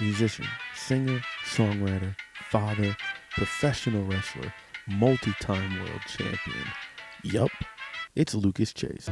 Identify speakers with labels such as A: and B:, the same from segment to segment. A: musician, singer, songwriter, father, professional wrestler, multi time world champion. Yup, it's Lucas Chase.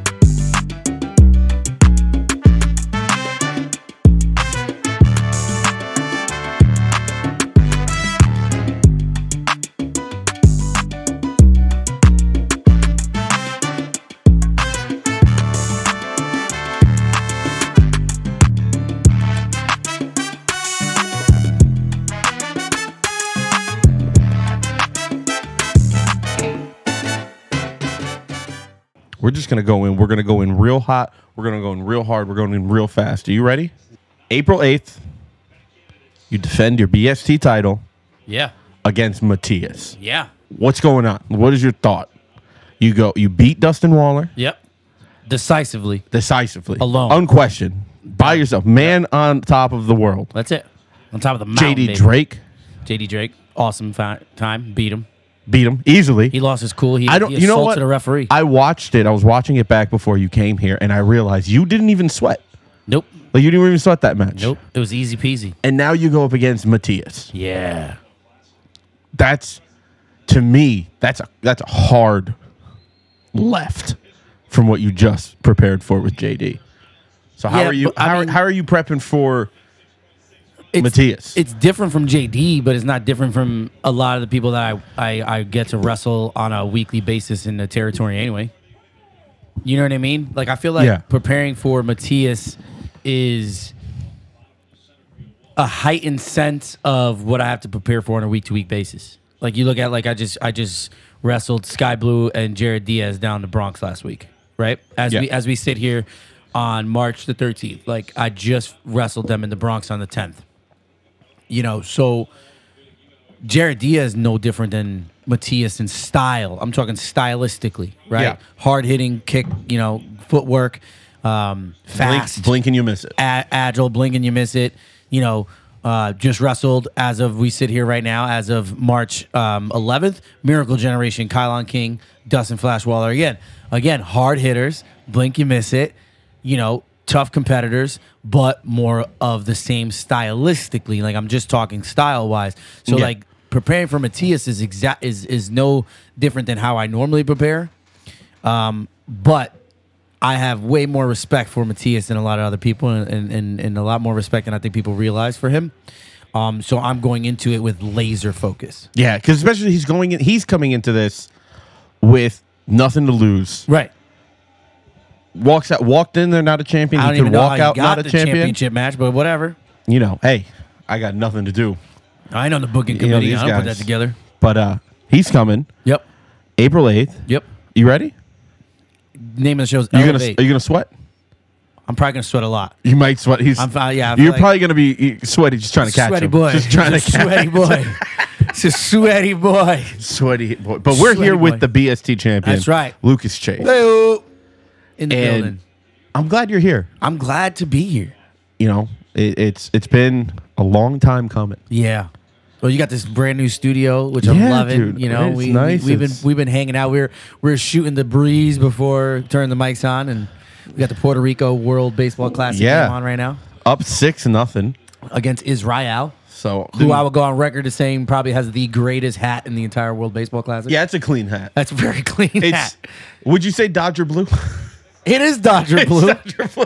A: We're just gonna go in. We're gonna go in real hot. We're gonna go in real hard. We're going in real fast. Are you ready? April eighth, you defend your BST title
B: Yeah.
A: against Matias.
B: Yeah.
A: What's going on? What is your thought? You go. You beat Dustin Waller
B: Yep. Decisively.
A: decisively,
B: Alone.
A: unquestioned, by yourself, man on top of the world.
B: That's it. On top of the mountain.
A: JD
B: baby.
A: Drake
B: JD Drake. Awesome fi- time. Beat him.
A: beat him easily.
B: He lost his cool. He,
A: I don't.
B: he
A: You know what?
B: assaulted a referee.
A: I watched it. I was watching it back before you came here, and I realized you didn't even sweat.
B: nope.
A: Like you didn't even sweat that match.
B: Nope. It was easy peasy.
A: And now you go up against Matias.
B: Yeah.
A: That's to me. That's a that's a hard left from what you just prepared for with JD. So how
B: Yeah,
A: are you?
B: but I
A: How, are
B: mean-
A: how are you prepping for
B: It's,
A: Matias?
B: It's different from JD, but it's not different from a lot of the people that I, I, I get to wrestle on a weekly basis in the territory anyway. You know what I mean? Like, I feel like
A: Yeah.
B: preparing for Matias is a heightened sense of what I have to prepare for on a week to week basis. Like you look at like I just I just wrestled Sky Blue and Jared Diaz down in the Bronx last week, right? As
A: Yeah.
B: we as we sit here on March the 13th. Like I just wrestled them in the Bronx on the 10th. You know, so Jared Diaz is no different than Matias in style. I'm talking stylistically, right?
A: Yeah.
B: Hard hitting kick, you know, footwork, um, fast,
A: Blink, blink and you miss it.
B: a- agile, blink and you miss it. You know, uh, just wrestled as of we sit here right now, as of March um, 11th. Miracle Generation, Kylon King, Dustin Flash Waller again. Again, hard hitters, blink you miss it. You know, tough competitors, but more of the same stylistically. Like I'm just talking style wise. So
A: Yeah.
B: like preparing for Matias is exact is is no different than how I normally prepare Um, but I have way more respect for Matias than a lot of other people, and, and, and, and a lot more respect than I think people realize for him. Um, so I'm going into it with laser focus.
A: Yeah, because especially he's going in, he's coming into this with nothing to lose.
B: Right.
A: Walks out, walked in there, not a champion.
B: I don't
A: He could
B: even know
A: walk
B: how
A: out,
B: he got
A: not a
B: the
A: champion.
B: championship match, but whatever.
A: You know, hey, I got nothing to do.
B: I ain't on the booking
A: You know,
B: committee.
A: these
B: I don't put
A: guys.
B: that together.
A: But uh he's coming
B: Yep.
A: April eighth.
B: Yep.
A: You ready?
B: Name of the show is
A: You gonna
B: Elevate.
A: are you gonna sweat?
B: I'm probably gonna sweat a lot.
A: You might sweat. He's
B: I'm fine. Yeah. I feel
A: you're
B: like-
A: probably gonna be you- sweaty, just trying to catch
B: sweaty
A: him.
B: boy.
A: Just trying
B: He's
A: to
B: a
A: catch
B: sweaty boy. It's a sweaty boy.
A: sweaty boy. But we're
B: Sweaty
A: here
B: boy.
A: with the BST champion.
B: That's right.
A: Lucas Chase.
B: In the
A: And-
B: building.
A: I'm glad you're here.
B: I'm glad to be here.
A: You know, it, it's it's been a long time coming.
B: Yeah. Well, you got this brand new studio, which I'm
A: Yeah,
B: loving.
A: dude.
B: You know,
A: It's
B: we,
A: nice.
B: we have been
A: It's-
B: we've been hanging out. We We're we we're shooting the breeze before turning the mics on, and we got the Puerto Rico World Baseball Classic game
A: Yeah.
B: on right now
A: Up six nothing.
B: against Israel,
A: So
B: who I would go on record as saying probably has the greatest hat in the entire World Baseball Classic.
A: Yeah, it's a clean hat.
B: that's a very clean
A: It's
B: hat.
A: would you say Dodger blue?
B: It is Dodger blue,
A: Dodger blue.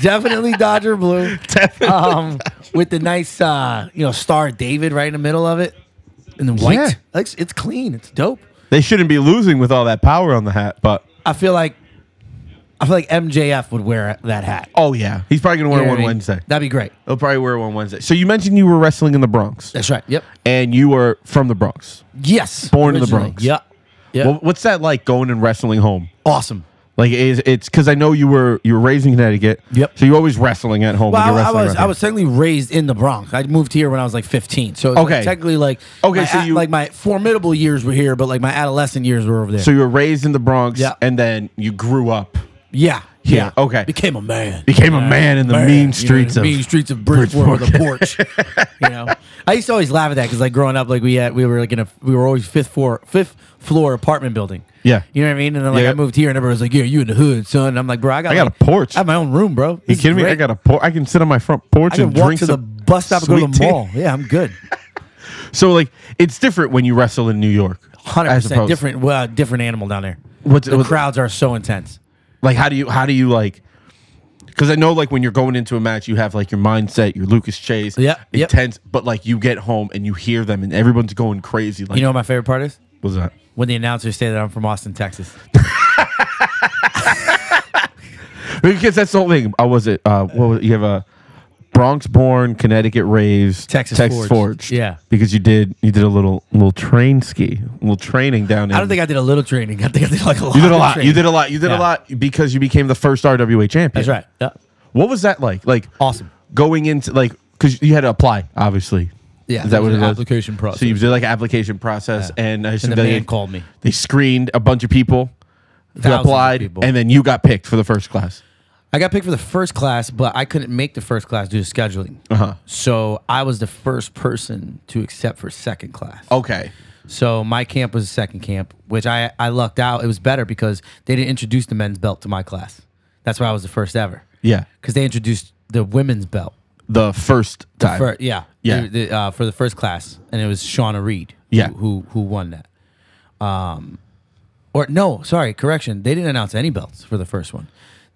B: definitely Dodger blue,
A: Definitely
B: um, with the nice uh, you know star David right in the middle of it, and then white.
A: Yeah.
B: It's, it's clean. It's dope.
A: They shouldn't be losing with all that power on the hat, but
B: I feel like I feel like MJF would wear that hat.
A: oh yeah, he's probably gonna
B: You
A: wear
B: know what
A: one
B: I mean?
A: Wednesday.
B: That'd be great.
A: He'll probably wear one Wednesday. So you mentioned you were wrestling in the Bronx,
B: That's right. Yep.
A: and you were from the Bronx.
B: Yes.
A: Born in the
B: Originally.
A: Bronx.
B: Yep. Yeah.
A: Well, what's that like going and wrestling home?
B: awesome.
A: Like is, it's because I know you were you were raised in Connecticut.
B: Yep.
A: So you're always wrestling at home. when
B: Well,
A: you're
B: I, I
A: wrestling
B: was
A: around
B: I was technically raised in the Bronx. I moved here when I was like 15. So it's like
A: Okay.
B: technically like
A: Okay,
B: my
A: so
B: a-
A: you-
B: like my formidable years were here, but like my adolescent years were over there.
A: here. So you were raised in the Bronx,
B: Yeah.
A: and then you grew up,
B: yeah.
A: Yeah, okay.
B: Became a man.
A: became a man in the
B: Man, you know,
A: mean streets of
B: mean streets of Bridgeport with a porch. you know, I used to always laugh at that because like growing up, like we had we were like in a we were always fifth floor fifth floor apartment building.
A: Yeah.
B: you know what I mean. And then like
A: Yeah.
B: I moved here, and everybody was like, "Yeah, you in the hood, son." And I'm like, "Bro, I got
A: I got
B: like,
A: a porch.
B: I have my own room, bro."
A: You kidding me? I got a por- I can sit on my front porch
B: I can
A: and
B: walk
A: drink
B: to the
A: some
B: bus stop and go to
A: Sweet
B: the
A: tea.
B: mall. Yeah, I'm good.
A: So like it's different when you wrestle in New York.
B: Hundred
A: as
B: percent
A: opposed-
B: different. Well, different animal down there.
A: What's-
B: the
A: what's-
B: crowds are so intense.
A: Like how do you how do you like? Because I know like when you're going into a match, you have like your mindset, your Lucas Chase,
B: Yeah, yep.
A: intense. But like you get home and you hear them and everyone's going crazy. Like
B: You know what my favorite part is
A: what's that?
B: when the announcers say that I'm from Austin, Texas.
A: Because that's the whole thing. I was it. Uh, what was it? you have a Bronx-born, Connecticut raised,
B: Texas forged. Yeah.
A: because you did you did a little little train ski, little training down.
B: I don't think I did a little training. I think I did like a lot.
A: you did a
B: of
A: lot. You
B: training.
A: did a lot. You did
B: Yeah.
A: a lot because you became the first RWA champion.
B: That's right. Yeah.
A: What was that like? Like
B: Awesome.
A: going into like because you had to apply, obviously.
C: Yeah,
A: is
C: it
A: that what
C: was
A: it
C: an
A: is?
C: application process.
A: So you did like an application process, and I assume
B: the
A: that
B: man
A: they-
B: called me.
A: They screened a bunch of people who
B: Thousands of
A: applied,
B: people.
A: and then you got picked for the first class.
B: I got picked for the first class, but I couldn't make the first class due to scheduling.
A: Uh-huh.
B: So I was the first person to accept for second class.
A: Okay.
B: So my camp was second camp, which I, I lucked out. It was better because they didn't introduce the men's belt to my class. That's why I was the first ever.
A: Yeah.
B: Because they introduced the women's belt.
A: The first time.
B: For, yeah.
A: Yeah.
B: The- the, uh, for the first class. And it was Shauna Reed who-
A: Yeah.
B: who, who won that. Um, or no, sorry, correction. They didn't announce any belts for the first one.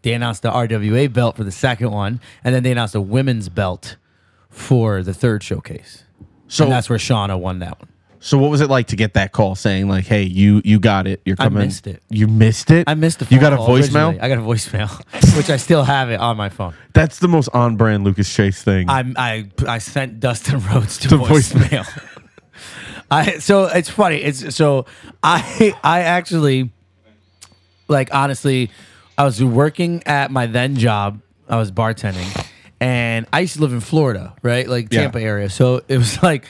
B: They announced the RWA belt for the second one. And then they announced a women's belt for the third showcase.
A: so
B: and that's where Shauna won that one.
A: So what was it like to get that call saying like, "Hey, you you got it. You're
B: I
A: coming."
B: missed it.
A: You missed it.
B: I missed the phone
A: You got a
B: call
A: voicemail.
B: originally. I got a voicemail, which I still have it on my phone.
A: That's the most on brand Lucas Chase thing.
B: I I, I sent Dustin Rhodes to
A: To
B: voicemail. I so it's funny. It's so I I actually like honestly, I was working at my then job. I was bartending, and I used to live in Florida, right, like
A: Yeah.
B: Tampa area. So it was like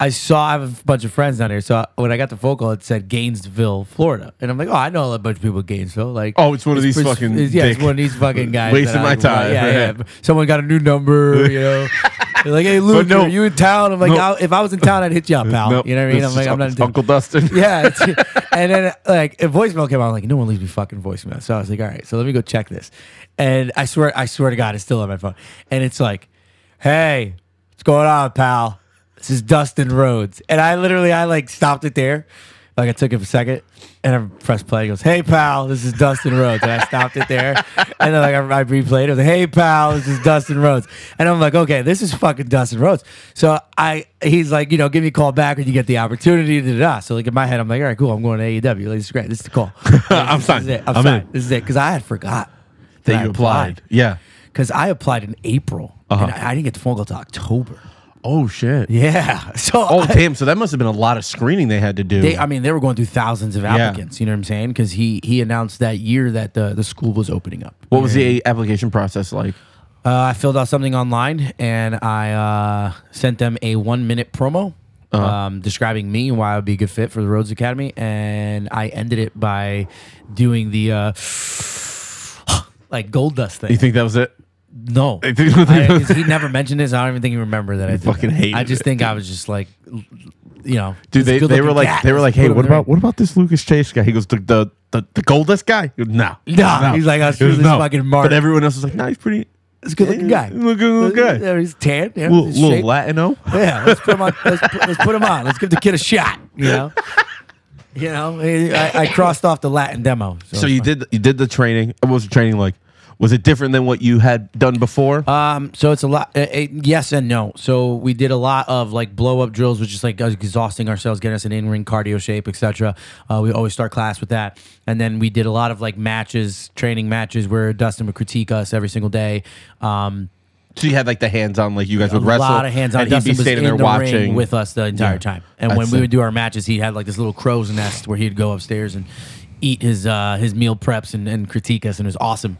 B: I saw I have a bunch of friends down here. So when I got the phone call, it said Gainesville, Florida, and I'm like, oh, I know a bunch of people in Gainesville. Like,
A: Oh, it's one of these
B: pres-
A: fucking
B: it's- yeah, it's
A: dick-
B: one of these fucking guys
A: wasting
B: that I
A: my
B: like.
A: time.
B: Yeah, yeah. Someone got a new number, you know. They're like, hey, Luke,
A: But no.
B: are you in town? I'm like,
A: No.
B: I'll- if I was in town, I'd hit you up, pal.
A: Nope,
B: you know what I mean?
A: this
B: I'm like,
A: is
B: I'm not. in
A: Uncle, Uncle
B: town."
A: Dustin.
B: Yeah. it's- and then like a voicemail came out. I'm like, no one leaves me fucking voicemail. So I was like, all right, so let me go check this. And I swear, I swear to God, it's still on my phone. And it's like, hey, what's going on, pal? This is Dustin Rhodes. And I literally, I like stopped it there. Like I took it for a second and I pressed play. He goes, hey, pal, this is Dustin Rhodes. And I stopped it there. And then like I, I replayed it. I was like, hey, pal, this is Dustin Rhodes. And I'm like, okay, this is fucking Dustin Rhodes. So I, he's like, you know, give me a call back when you get the opportunity. Da, da, da. So like in my head, I'm like, all right, cool. I'm going to AEW. Like, this is great. This is the call.
A: I'm
B: This
A: signed.
B: is it. I'm,
A: I'm
B: signed.
A: in.
B: This is it. Because I had forgot
A: That you applied. Uh-huh. Yeah.
B: Because I applied in April. And I, I didn't get the phone call till October.
A: Oh shit.
B: Yeah. So
A: Oh
B: I-
A: damn. So that must have been a lot of screening they had to do.
B: they, I mean, they were going through thousands of applicants. You know what I'm saying? Because he he announced that year that the the school was opening up.
A: what was the application process like?
B: Uh, I filled out something online and I uh, sent them a one minute promo.
A: Uh-huh.
B: Um, describing me and why I would be a good fit for the Rhodes Academy, and I ended it by doing the uh, like gold dust thing.
A: You think that was it?
B: No,
A: I think- I think-
B: I- 'cause he never mentioned this. I don't even think he remembered that. I did
A: fucking
B: that.
A: hated
B: I just
A: it.
B: think I was just like, l- you know,
A: Dude,
B: this
A: they, they
B: good-looking
A: were like
B: cat.
A: they were like,
B: Let's
A: hey,
B: put him
A: what
B: in the
A: about what about this Lucas Chase guy? He goes the the the, the Goldust guy. He goes, no,
B: Nah. He's like, "I'll
A: He goes,
B: screw this fucking mark."
A: But everyone else was like, nah, he's pretty.
B: He's a good looking guy.
A: He's a good looking guy.
B: Yeah, He's tan. Yeah,
A: Little,
B: he's
A: little
B: shaped.
A: Latino.
B: Yeah, let's put him on. Let's put, let's put him on. Let's give the kid a shot. You know, you know. I, I crossed off the Latin demo.
A: So you did you did the training. What was the training like? Was it different than what you had done before?
B: Um, so it's a lot. Uh, uh, yes and no. So we did a lot of like blow up drills, which is like exhausting ourselves, getting us in in ring cardio shape, etc. Uh, we always start class with that, and then we did a lot of like matches, training matches, where Dustin would critique us every single day. Um,
A: so you had like the hands on, like you guys would
B: a
A: wrestle.
B: lot of hands on.
A: and he'd be
B: Dustin was in
A: standing
B: the
A: there watching
B: ring with us the entire
A: Yeah.
B: time. And
A: That's
B: when we
A: it.
B: would do our matches, he had like this little crow's nest where he'd go upstairs and eat his uh, his meal preps and, and critique us, and it was awesome.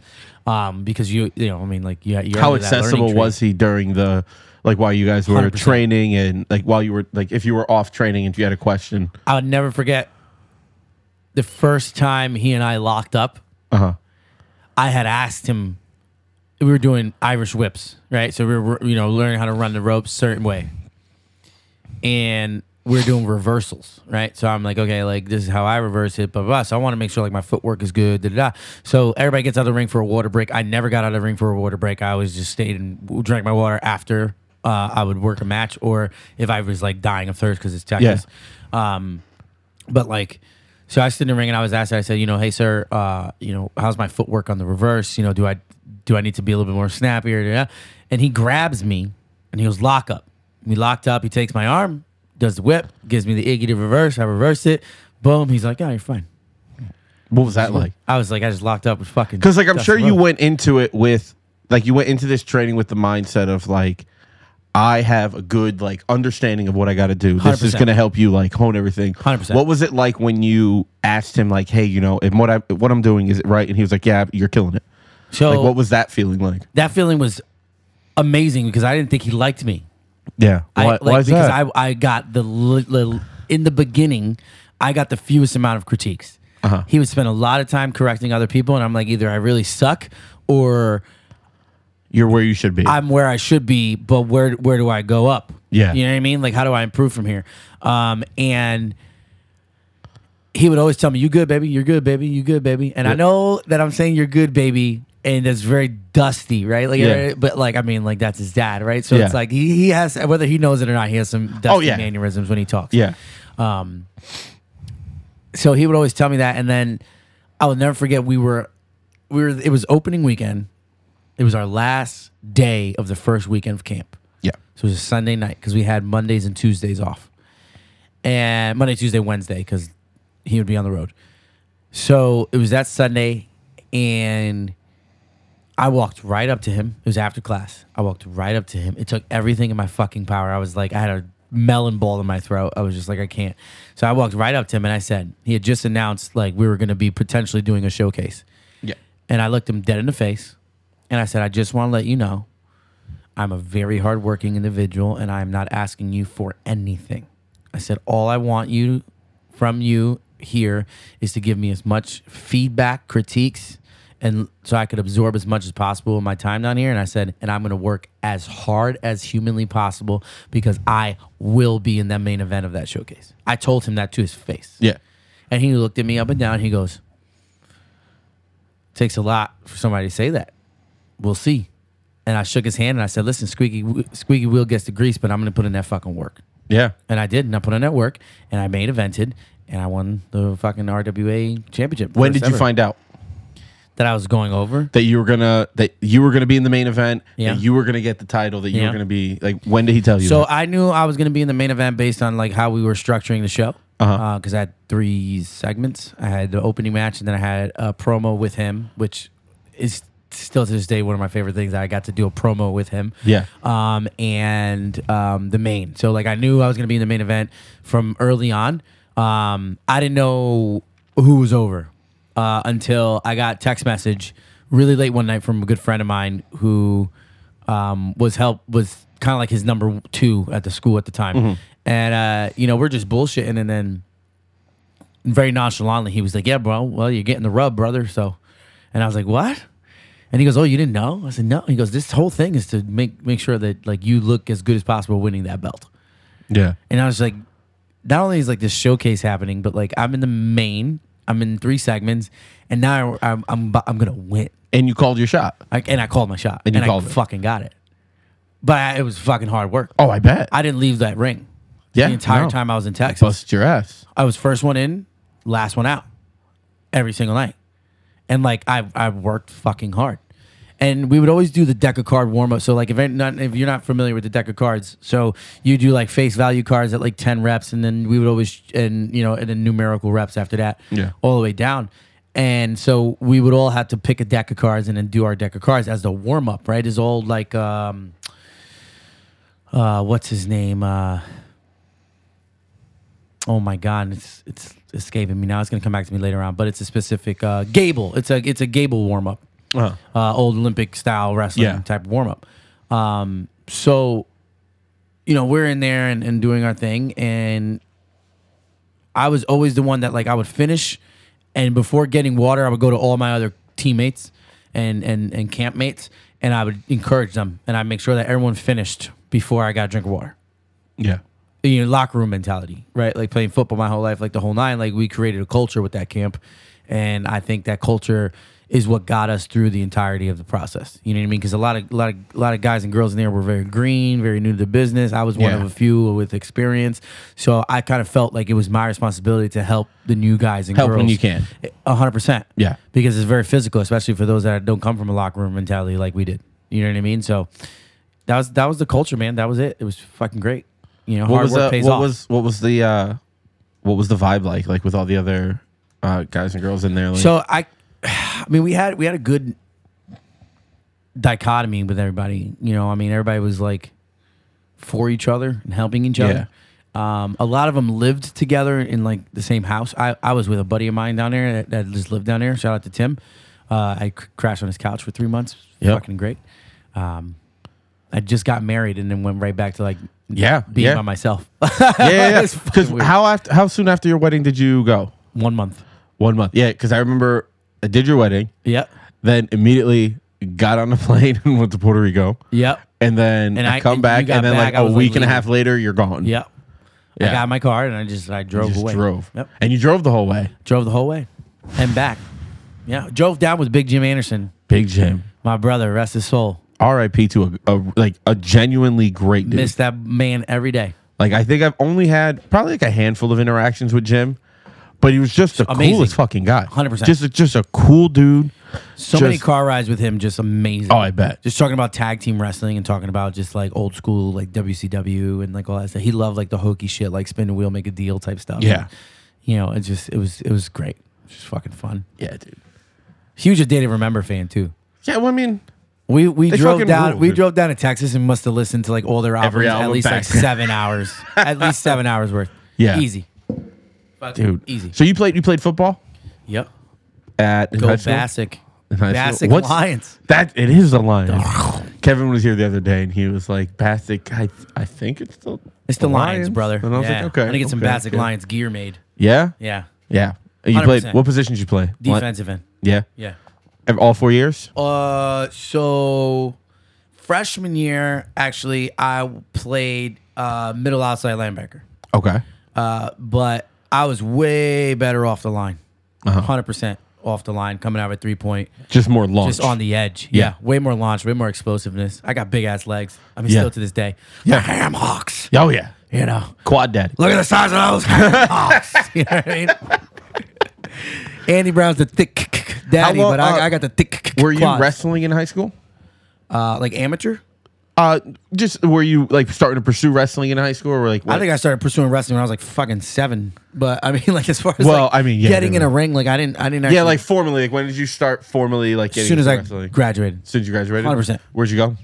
B: Um, because you you know I mean like yeah you're
A: How
B: under that learning
A: accessible
B: tree.
A: was he during the like while you guys were
B: 100%.
A: training and like while you were like if you were off training and you had a question?
B: I'll never forget the first time he and I locked up.
A: Uh huh.
B: I had asked him. We were doing Irish whips, right? So we were, you know, learning how to run the ropes certain way, and we we're doing reversals, right? So I'm like, okay, like this is how I reverse it, blah blah. blah. So I want to make sure like my footwork is good, da da. da. So everybody gets out of the ring for a water break. I never got out of the ring for a water break. I always just stayed and drank my water after uh, I would work a match, or if I was like dying of thirst because it's Texas. Um, but like, so I stood in the ring and I was asked. I said, you know, hey sir, uh, you know, how's my footwork on the reverse? You know, do I do I need to be a little bit more snappier? Yeah. And he grabs me and he goes lock up. We locked up. He takes my arm, does the whip, gives me the Iggy to reverse. I reverse it. Boom. He's like, yeah, you're fine.
A: What was that like?
B: I was like, I just locked up with fucking.
A: Because like I'm
B: Dustin
A: sure you
B: Rhodes.
A: went into it with like you went into this training with the mindset of like I have a good like understanding of what I got to do. This is
B: 100%.
A: going to help you like hone everything.
B: 100%.
A: What was it like when you asked him like, "Hey, you know, if what I what I'm doing is it right?" And he was like, "Yeah, you're killing it."
B: So
A: Like what was that feeling like?
B: that feeling was amazing because I didn't think he liked me.
A: Yeah.
B: I,
A: Why,
B: like,
A: why is
B: because
A: that?
B: I I got the li- li- in the beginning, I got the fewest amount of critiques.
A: Uh-huh.
B: He would spend a lot of time correcting other people, and I'm like, either I really suck or
A: you're where you should be.
B: I'm where I should be, but where where do I go up?
A: Yeah.
B: you know what I mean. Like, how do I improve from here? Um, and he would always tell me, "You good, baby? You're good, baby. You good, baby." And I know that I'm saying you're good, baby, and that's very dusty, right? Like,
A: Yeah.
B: but like, I mean, like that's his dad, right? So it's
A: Yeah. Oh,
B: like he, he has whether he knows it or not, he has some dusty
A: yeah.
B: mannerisms when he talks.
A: yeah.
B: Um, so he would always tell me that, and then I will never forget. We were, we were. It was opening weekend. It was our last day of the first weekend of camp.
A: Yeah.
B: So it was a Sunday night because we had Mondays and Tuesdays off, and Monday, Tuesday, Wednesday because he would be on the road. So it was that Sunday, and I walked right up to him. It was after class. I walked right up to him. It took everything in my fucking power. I was like, I had a melon ball in my throat. I was just like, I can't. So I walked right up to him and I said, he had just announced like we were going to be potentially doing a showcase.
A: Yeah.
B: And I looked him dead in the face and I said, I just want to let you know I'm a very hardworking individual and I'm not asking you for anything. I said, all I want you from you here is to give me as much feedback, critiques, and so I could absorb as much as possible in my time down here. And I said, and I'm going to work as hard as humanly possible because I will be in that main event of that showcase. I told him that to his face.
A: Yeah.
B: And he looked at me up and down. He goes, Takes a lot for somebody to say that. We'll see. And I shook his hand and I said, Listen, squeaky, squeaky wheel gets the grease, but I'm going to put in that fucking work.
A: Yeah.
B: And I did. And I put in that work and I made evented and I won the fucking RWA championship.
A: When
B: first
A: did you
B: ever.
A: find out
B: that I was going over?
A: that you were going to that you were going to be in the main event,
B: Yeah.
A: that you were going to get the title, that you
B: Yeah.
A: were going to be like when did he tell you?
B: So
A: that?
B: I knew I was going to be in the main event based on like how we were structuring the show. Uh-huh. Because I had three segments. I had the opening match, and then I had a promo with him, which is still to this day one of my favorite things. That I got to do a promo with him.
A: Yeah.
B: Um, and um, the main. So like I knew I was going to be in the main event from early on. Um, I didn't know who was over uh, until I got text message really late one night from a good friend of mine who um, was help was kind of like his number two at the school at the time, and uh, you know we're just bullshitting, and then very nonchalantly he was like, "Yeah, bro, well you're getting the rub, brother." So, and I was like, "What?" And he goes, "Oh, you didn't know?" I said, "No." He goes, "This whole thing is to make make sure that like you look as good as possible winning that belt."
A: yeah.
B: And I was like, not only is like this showcase happening, but like I'm in the main, I'm in three segments, and now I- I'm I'm bu- I'm gonna win.
A: And you called your shot.
B: I, and I called my shot,
A: And
B: and,
A: you
B: I
A: called it.
B: fucking got it. But I, it was fucking hard work.
A: Oh, I bet.
B: I didn't leave that ring.
A: yeah.
B: the entire
A: no.
B: time I was in Texas,
A: Busted your ass.
B: I was first one in, last one out, every single night, and like I I worked fucking hard, and we would always do the deck of card warm up. So like if any- not, if you're not familiar with the deck of cards, so you do like face value cards at like ten reps, and then we would always and you know and then numerical reps after that,
A: Yeah.
B: all the way down. And so we would all have to pick a deck of cards and then do our deck of cards as the warm up, right? Is all like um, uh, what's his name? Uh, oh my god, it's it's escaping me now. It's gonna come back to me later on, but it's a specific uh, Gable. It's a it's a Gable warm up,
A: Uh-huh.
B: uh, old Olympic style wrestling
A: Yeah.
B: type warm up. Um, so, you know, we're in there and, and doing our thing, and I was always the one that like I would finish, and before getting water, I would go to all my other teammates and and and campmates, and I would encourage them, and I make sure that everyone finished before I got a drink of water
A: Yeah.
B: you know, locker room mentality, right? Like playing football my whole life, like the whole nine. Like we created a culture with that camp, and I think that culture is what got us through the entirety of the process. You know what I mean? Because a lot of lot of lot of guys and girls in there were very green, very new to the business. I was one
A: Yeah.
B: of a few with experience, so I kind of felt like it was my responsibility to help the new guys and
A: Help
B: girls
A: when you can.
B: A hundred percent.
A: Yeah.
B: because it's very physical, especially for those that don't come from a locker room mentality like we did. You know what I mean? So that was that was the culture, man. That was it. It was fucking great. You know,
A: What
B: hard
A: was
B: work
A: uh,
B: pays
A: what
B: off.
A: was what was the uh, what was the vibe like? Like with all the other uh, guys and girls in there. Like,
B: So I, I mean, we had we had a good dichotomy with everybody. You know, I mean, everybody was like for each other and helping each other. Um, a lot of them lived together in like the same house. I, I was with a buddy of mine down there that, that just lived down there. Shout out to Tim. Uh, I c- crashed on his couch for three months.
A: Yep.
B: Fucking great. Um, I just got married and then went right back to like
A: yeah,
B: being
A: yeah.
B: by myself.
A: yeah, yeah.
B: It's fucking
A: Because
B: weird.
A: how after, how soon after your wedding did you go?
B: One month.
A: One month. Yeah, because I remember I did your wedding,
B: Yep.
A: then immediately got on a plane and went to Puerto Rico,
B: Yep.
A: and then
B: And
A: I,
B: I-
A: come
B: you
A: back,
B: got
A: and then
B: back, I
A: like a
B: was, like,
A: week and a
B: leaving.
A: half later, you're gone.
B: Yep.
A: Yeah.
B: I got in my car and I just I drove
A: You just
B: away.
A: drove,
B: Yep.
A: and you drove the whole way.
B: Drove the whole way and back. Yeah. Drove down with Big Jim Anderson,
A: Big Jim.
B: my brother, rest his soul.
A: R.I.P. to a, a like a genuinely great dude.
B: Miss that man every day.
A: Like I think I've only had probably like a handful of interactions with Jim, but he was just the
B: Amazing.
A: coolest fucking guy.
B: 100%.
A: Just a, just a cool dude.
B: So many
A: Just-
B: car rides with him, just amazing.
A: Oh, I bet.
B: Just talking about tag team wrestling and talking about just like old school, like WCW and like all that stuff. He loved like the hokey shit, like spin the wheel, make a deal type stuff.
A: Yeah.
B: you know, it just, it was, it was great. It was just fucking fun.
A: Yeah, dude.
B: Huge Day to Remember fan too.
A: Yeah, well, I mean,
B: We we
A: They
B: drove
A: fucking
B: down
A: rule,
B: we
A: dude.
B: drove down to Texas and must have listened to like all their albums
A: Every
B: at
A: album
B: least
A: back.
B: like seven hours. At least seven hours worth.
A: Yeah.
B: Easy. Fucking
A: dude.
B: Easy.
A: So you played you played football
B: Yep.
A: at in
B: Go
A: high school?
B: Bassick.
A: In high school?
B: Bassick
A: What's-
B: Alliance.
A: That it is a lion. Kevin was here the other day and he was like, "Basic, I I think it's still
B: It's the Lions, brother.
A: And I was
B: yeah.
A: like, "Okay,
B: I'm gonna get some
A: okay,
B: Bassick
A: okay.
B: Lions gear made.
A: Yeah,
B: Yeah.
A: yeah. And you played
B: 100%.
A: what positions you play? Li-
B: Defensive end.
A: Yeah,
B: Yeah.
A: Ev- all four years.
B: Uh, so freshman year, actually, I played uh, middle outside linebacker.
A: Okay.
B: Uh, but I was way better off the line.
A: Uh-huh.
B: 100% off the line, coming out at three point,
A: Just more launch.
B: just on the edge.
A: Yeah.
B: Yeah. Way more launch, way more explosiveness. I got big ass legs. I mean,
A: Yeah.
B: still to this day.
A: Yeah.
B: Like ham hawks,
A: Oh yeah,
B: you know.
A: quad daddy.
B: Look at the size of those ham hawks. You know what I mean? Andy Brown's the thick daddy,
A: How long-
B: but I,
A: uh,
B: I got the thick
A: Were you
B: quads.
A: wrestling in high school?
B: Uh, like amateur?
A: Uh, just were you like starting to pursue wrestling in high school, or like
B: I think I started pursuing wrestling when I was like fucking seven. But I mean, like as far as
A: Well,
B: like,
A: I mean, yeah,
B: getting in
A: yeah.
B: a ring, like I didn't, I didn't. Actually,
A: yeah, like formally, like when did you start formally like getting
B: as soon as
A: into
B: I
A: wrestling?
B: graduated.
A: as soon as you graduated,
B: 100%.
A: Where'd you go?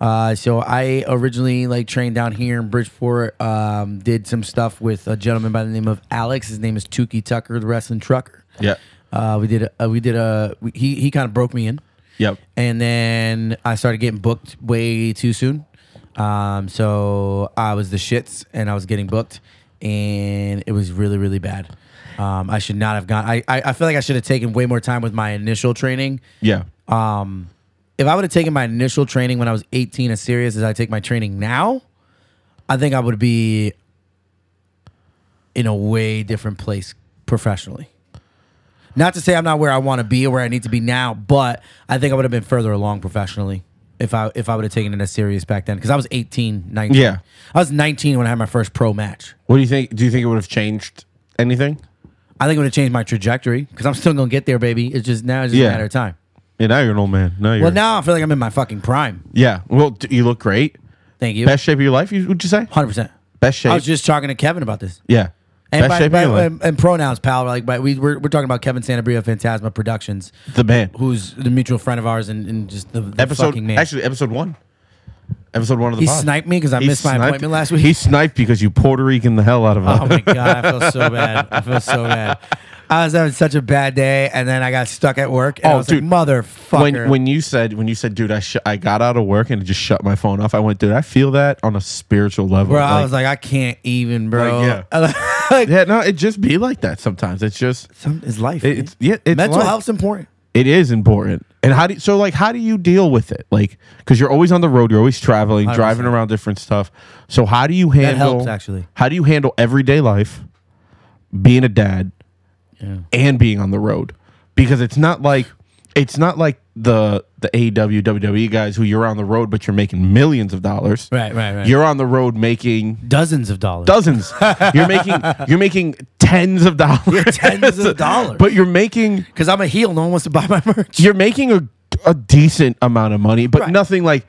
B: Uh, so I originally like trained down here in Bridgeport. Um, did some stuff with a gentleman by the name of Alex. His name is Tukey Tucker, the wrestling trucker.
A: Yeah,
B: Uh, we did a, we did a we, he he kind of broke me in,
A: yep.
B: and then I started getting booked way too soon. Um, so I was the shits, and I was getting booked, and it was really really bad. Um, I should not have gone. I, I I feel like I should have taken way more time with my initial training
A: Yeah,
B: Uh, if I would have taken my initial training when I was 18 as serious as I take my training now, I think I would be in a way different place professionally. Not to say I'm not where I want to be or where I need to be now, but I think I would have been further along professionally if I if I would have taken it as serious back then because I was 18, 19.
A: Yeah.
B: I was 19 when I had my first pro match.
A: What do you think? Do you think it would have changed anything?
B: I think it would have changed my trajectory because I'm still gonna get there, baby. It's just now it's just
A: Yeah.
B: a matter of time.
A: Yeah, now you're an old man. Now you're
B: Well, now I feel like I'm in my fucking prime.
A: yeah. Well, d- you look great.
B: Thank you.
A: Best shape of your life. You, would you say?
B: 100%.
A: Best shape.
B: I was just talking to Kevin about this.
A: yeah.
B: And,
A: Best
B: by,
A: shape
B: by-
A: of your life.
B: and, and pronouns, pal. Like, but we we're, we're talking about Kevin Santabria, Phantasma Productions,
A: the man.
B: who's the mutual friend of ours and, and just the, the
A: Episode
B: fucking man.
A: actually episode one. Episode one of the
B: he
A: pod.
B: sniped me because I
A: He
B: missed my
A: sniped-
B: appointment last week.
A: He sniped because you Puerto Rican the hell out of him.
B: oh my god, I feel so bad. I feel so bad. I was having such a bad day, and then I got stuck at work. And
A: Oh,
B: I was
A: dude.
B: like, motherfucker.
A: When when you said when you said, dude, I sh- I got out of work and just shut my phone off. I went, dude, I feel that on a spiritual level.
B: bro, I was like, I can't even, bro.
A: Like,
B: Like,
A: yeah, no, it just be like that sometimes. It's just
B: some is life.
A: it- it's yeah, it's
B: man. mental
A: life.
B: health's important.
A: It is important. And how do you, so like how do you deal with it? Like because you're always on the road, you're always traveling,
B: 100%.
A: driving around different stuff. So how do you handle
B: helps, actually.
A: How do you handle everyday life, being a dad, and being on the road? Because it's not like it's not like the the E AEW WWE guys who you're on the road but you're making millions of dollars.
B: Right, right, right.
A: You're on the road making
B: Dozens of dollars.
A: dozens. you're making you're making tens of dollars.
B: tens of dollars.
A: But you're making
B: Because I'm a heel, no one wants to buy my merch.
A: you're making a, a decent amount of money, but
B: Right.
A: nothing like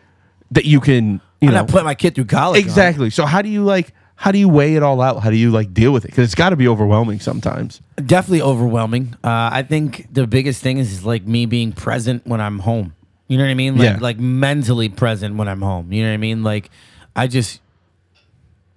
A: that you can you
B: I'm
A: know
B: not putting my kid through college. on.
A: exactly. So how do you like how do you weigh it all out? How do you like deal with it? Because it's got to be overwhelming sometimes.
B: Definitely overwhelming. Uh, I think the biggest thing is, is like me being present when I'm home. You know what I mean? Like,
A: Yeah.
B: like mentally present when I'm home. You know what I mean? Like I just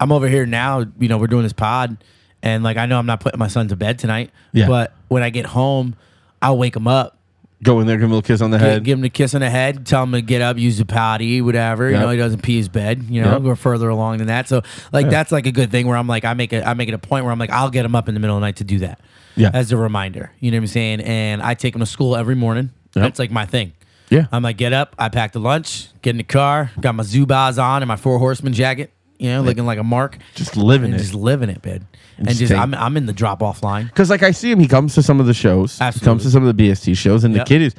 B: I'm over here now, you know, we're doing this pod and like I know I'm not putting my son to bed tonight.
A: Yeah.
B: But when I get home, I'll wake him up.
A: Go in there, give him a little kiss on the
B: Gi-
A: head.
B: Give him the kiss on the head. Tell him to get up, use the potty, whatever.
A: Yep.
B: You know, he doesn't pee his bed. You know,
A: Yep.
B: we're further along than that. So, like, that's like a good thing where I'm like, I make it, I make it a point where I'm like, I'll get him up in the middle of the night to do that.
A: Yeah.
B: As a reminder, you know what I'm saying. And I take him to school every morning. That's like my thing.
A: Yeah.
B: I'm like, get up. I pack the lunch, get in the car, got my Zubaz on and my four horseman jacket. You know, looking like a mark,
A: just living
B: and
A: it.
B: just living it, bed. And,
A: just
B: just,
A: take-
B: I'm, I'm in the drop off line.
A: Because like I see him, he comes to some of the shows. He comes
B: Absolutely.
A: to some of the BST shows, and
B: Yep.
A: the kid is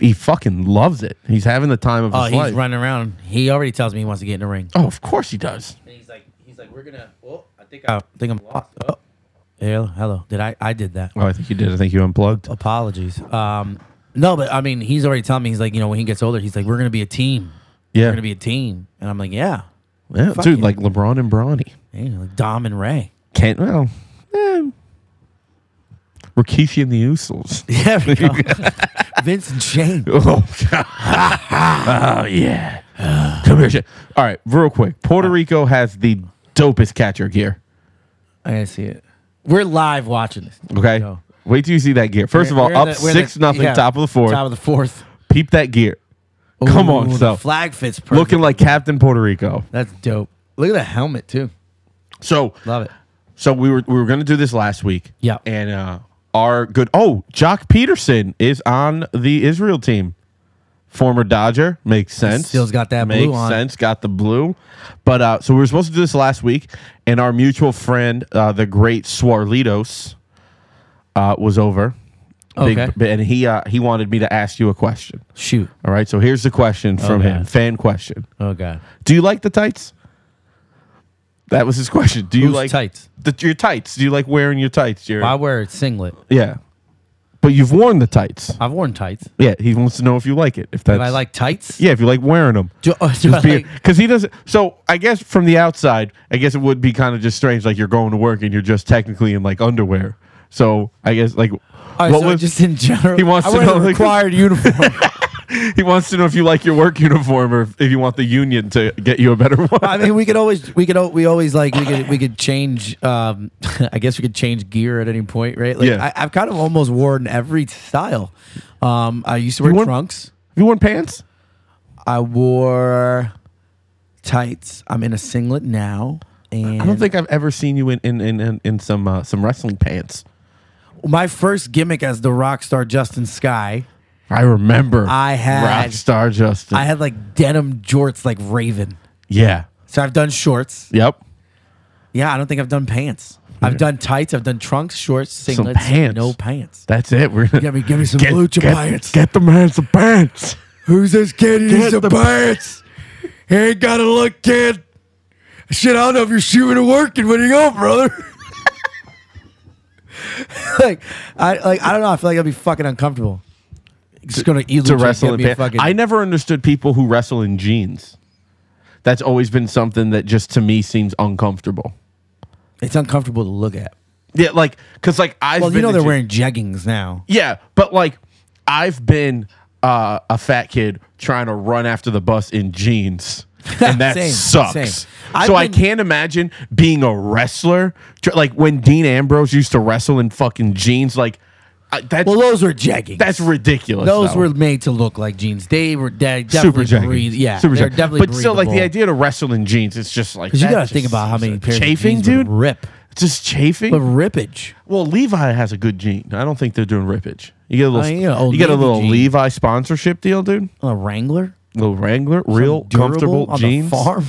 A: he fucking loves it. He's having the time of
B: Oh,
A: his
B: he's
A: life.
B: running around. He already tells me he wants to get in the ring.
A: oh, of course he does.
B: And he's like, he's like, we're gonna. Oh, I think I, think I'm lost. Oh, hello, hello. Did I? I did that.
A: Oh, I think you did. I think you unplugged.
B: Apologies. Um, no, but I mean, he's already telling me he's like, you know, when he gets older, he's like, we're gonna be a team.
A: Yeah,
B: We're gonna be a team, and I'm like, yeah,
A: yeah
B: fuck
A: dude,
B: yeah.
A: like LeBron and Bronny.
B: yeah like Dom and Ray.
A: Can't well, eh, Rikishi and the Usos.
B: Yeah, we go. Vince and Shane.
A: Oh, God. oh yeah. Come here. shit. All right, real quick. Puerto Rico has the dopest catcher gear.
B: I gotta see it. We're live watching this.
A: Okay.
B: Yo.
A: Wait till you see that gear. First of
B: We're
A: all, up
B: the- we're the-
A: six nothing,
B: yeah,
A: top of the fourth.
B: Top of the fourth.
A: Peep that gear. Come on,
B: Ooh, the
A: so
B: flag fits perfect.
A: looking like Captain Puerto Rico.
B: that's dope. Look at the helmet too.
A: So,
B: Love it.
A: so we were we were gonna do this last week.
B: Yeah.
A: and uh, our good oh Jock Peterson is on the Israel team. Former Dodger makes sense.
B: still's got that
A: makes
B: blue on.
A: sense. Got the blue, but uh, so we were supposed to do this last week, and our mutual friend, uh, the great Swarlitos, uh, was over.
B: Okay.
A: and he uh, he wanted me to ask you a question.
B: Shoot.
A: All right, so here's the question
B: Oh,
A: from him,
B: God.
A: fan question.
B: Oh god.
A: Do you like the tights? That was his question. Do you
B: Who's
A: like
B: tights?
A: The, your tights? Do you like wearing your tights? Your
B: I wear a singlet.
A: yeah, but you've worn the tights.
B: I've worn tights.
A: Yeah, he wants to know if you like it. If that's
B: If I like tights?
A: yeah, if you like wearing them.
B: Do, oh, do I
A: Because
B: like,
A: he doesn't. So I guess from the outside, I guess it would be kind of just strange. Like you're going to work and you're just technically in like underwear. So I guess like
B: all right,
A: what
B: so
A: was
B: just in general.
A: He wants
B: I
A: to
B: wear the
A: know, like-
B: required uniform.
A: he wants to know if you like your work uniform or if you want the union to get you a better one.
B: I mean, we could always we could al- we always like we could we could change. Um, I guess we could change gear at any point, right? Like,
A: Yeah.
B: I, I've kind of almost worn every style. Um, I used to wear
A: worn-
B: trunks.
A: you worn pants?
B: I wore tights. I'm in a singlet now. And
A: I don't think I've ever seen you in in in, in, in some uh, some wrestling pants.
B: my first gimmick as the rock star Justin Sky,
A: I remember.
B: I had-
A: Rockstar Justin.
B: I had like denim jorts like Raven.
A: yeah.
B: So I've done shorts.
A: Yep.
B: Yeah, I don't think I've done pants. I've done tights. I've done trunks, shorts, singlets,
A: pants.
B: no pants.
A: That's it. We're gonna
B: Give me, give me some lucha pants.
A: Get the man some pants.
B: Who's this kid? He
A: Get
B: needs some
A: the-
B: pants. He ain't got to look, kid. Shit, I don't know if you're shooting or working. Where do you go, brother? like, I like I don't know. I feel like I'd be fucking uncomfortable. Just gonna elude
A: To wrestle in
B: me a
A: pants.
B: fucking.
A: I never understood people who wrestle in jeans. That's always been something that just to me seems uncomfortable.
B: it's uncomfortable to look at.
A: Yeah, like because like I've
B: Well, you
A: been
B: know
A: to
B: they're
A: je-
B: wearing jeggings now.
A: Yeah, but like I've been uh, a fat kid trying to run after the bus in jeans. And that
B: Same,
A: sucks.
B: same.
A: So
B: I've
A: I
B: been-
A: can't imagine being a wrestler. Tr- Like when Dean Ambrose used to wrestle in fucking jeans, like I that's
B: Well, those are jeggings.
A: that's ridiculous.
B: Those
A: though.
B: were made to look like jeans. They were de-
A: super
B: definitely
A: jackets.
B: breathe- Yeah,
A: super
B: they're
A: jackets.
B: definitely.
A: But still, like the
B: breathable.
A: idea to wrestle in jeans, it's just like
B: 'Cause you
A: that
B: got to
A: just
B: think about how
A: is
B: many
A: a-
B: pairs
A: chafing,
B: of jeans would
A: dude.
B: rip,
A: Just chafing.
B: but rippage.
A: Well, Levi has a good gene. I don't think they're doing rippage. You get a little,
B: Oh, yeah, Old
A: you get a
B: Navy
A: little
B: jean.
A: Levi sponsorship deal, dude.
B: A Wrangler,
A: Little Wrangler, real
B: Durable
A: comfortable
B: on
A: jeans.
B: The farm.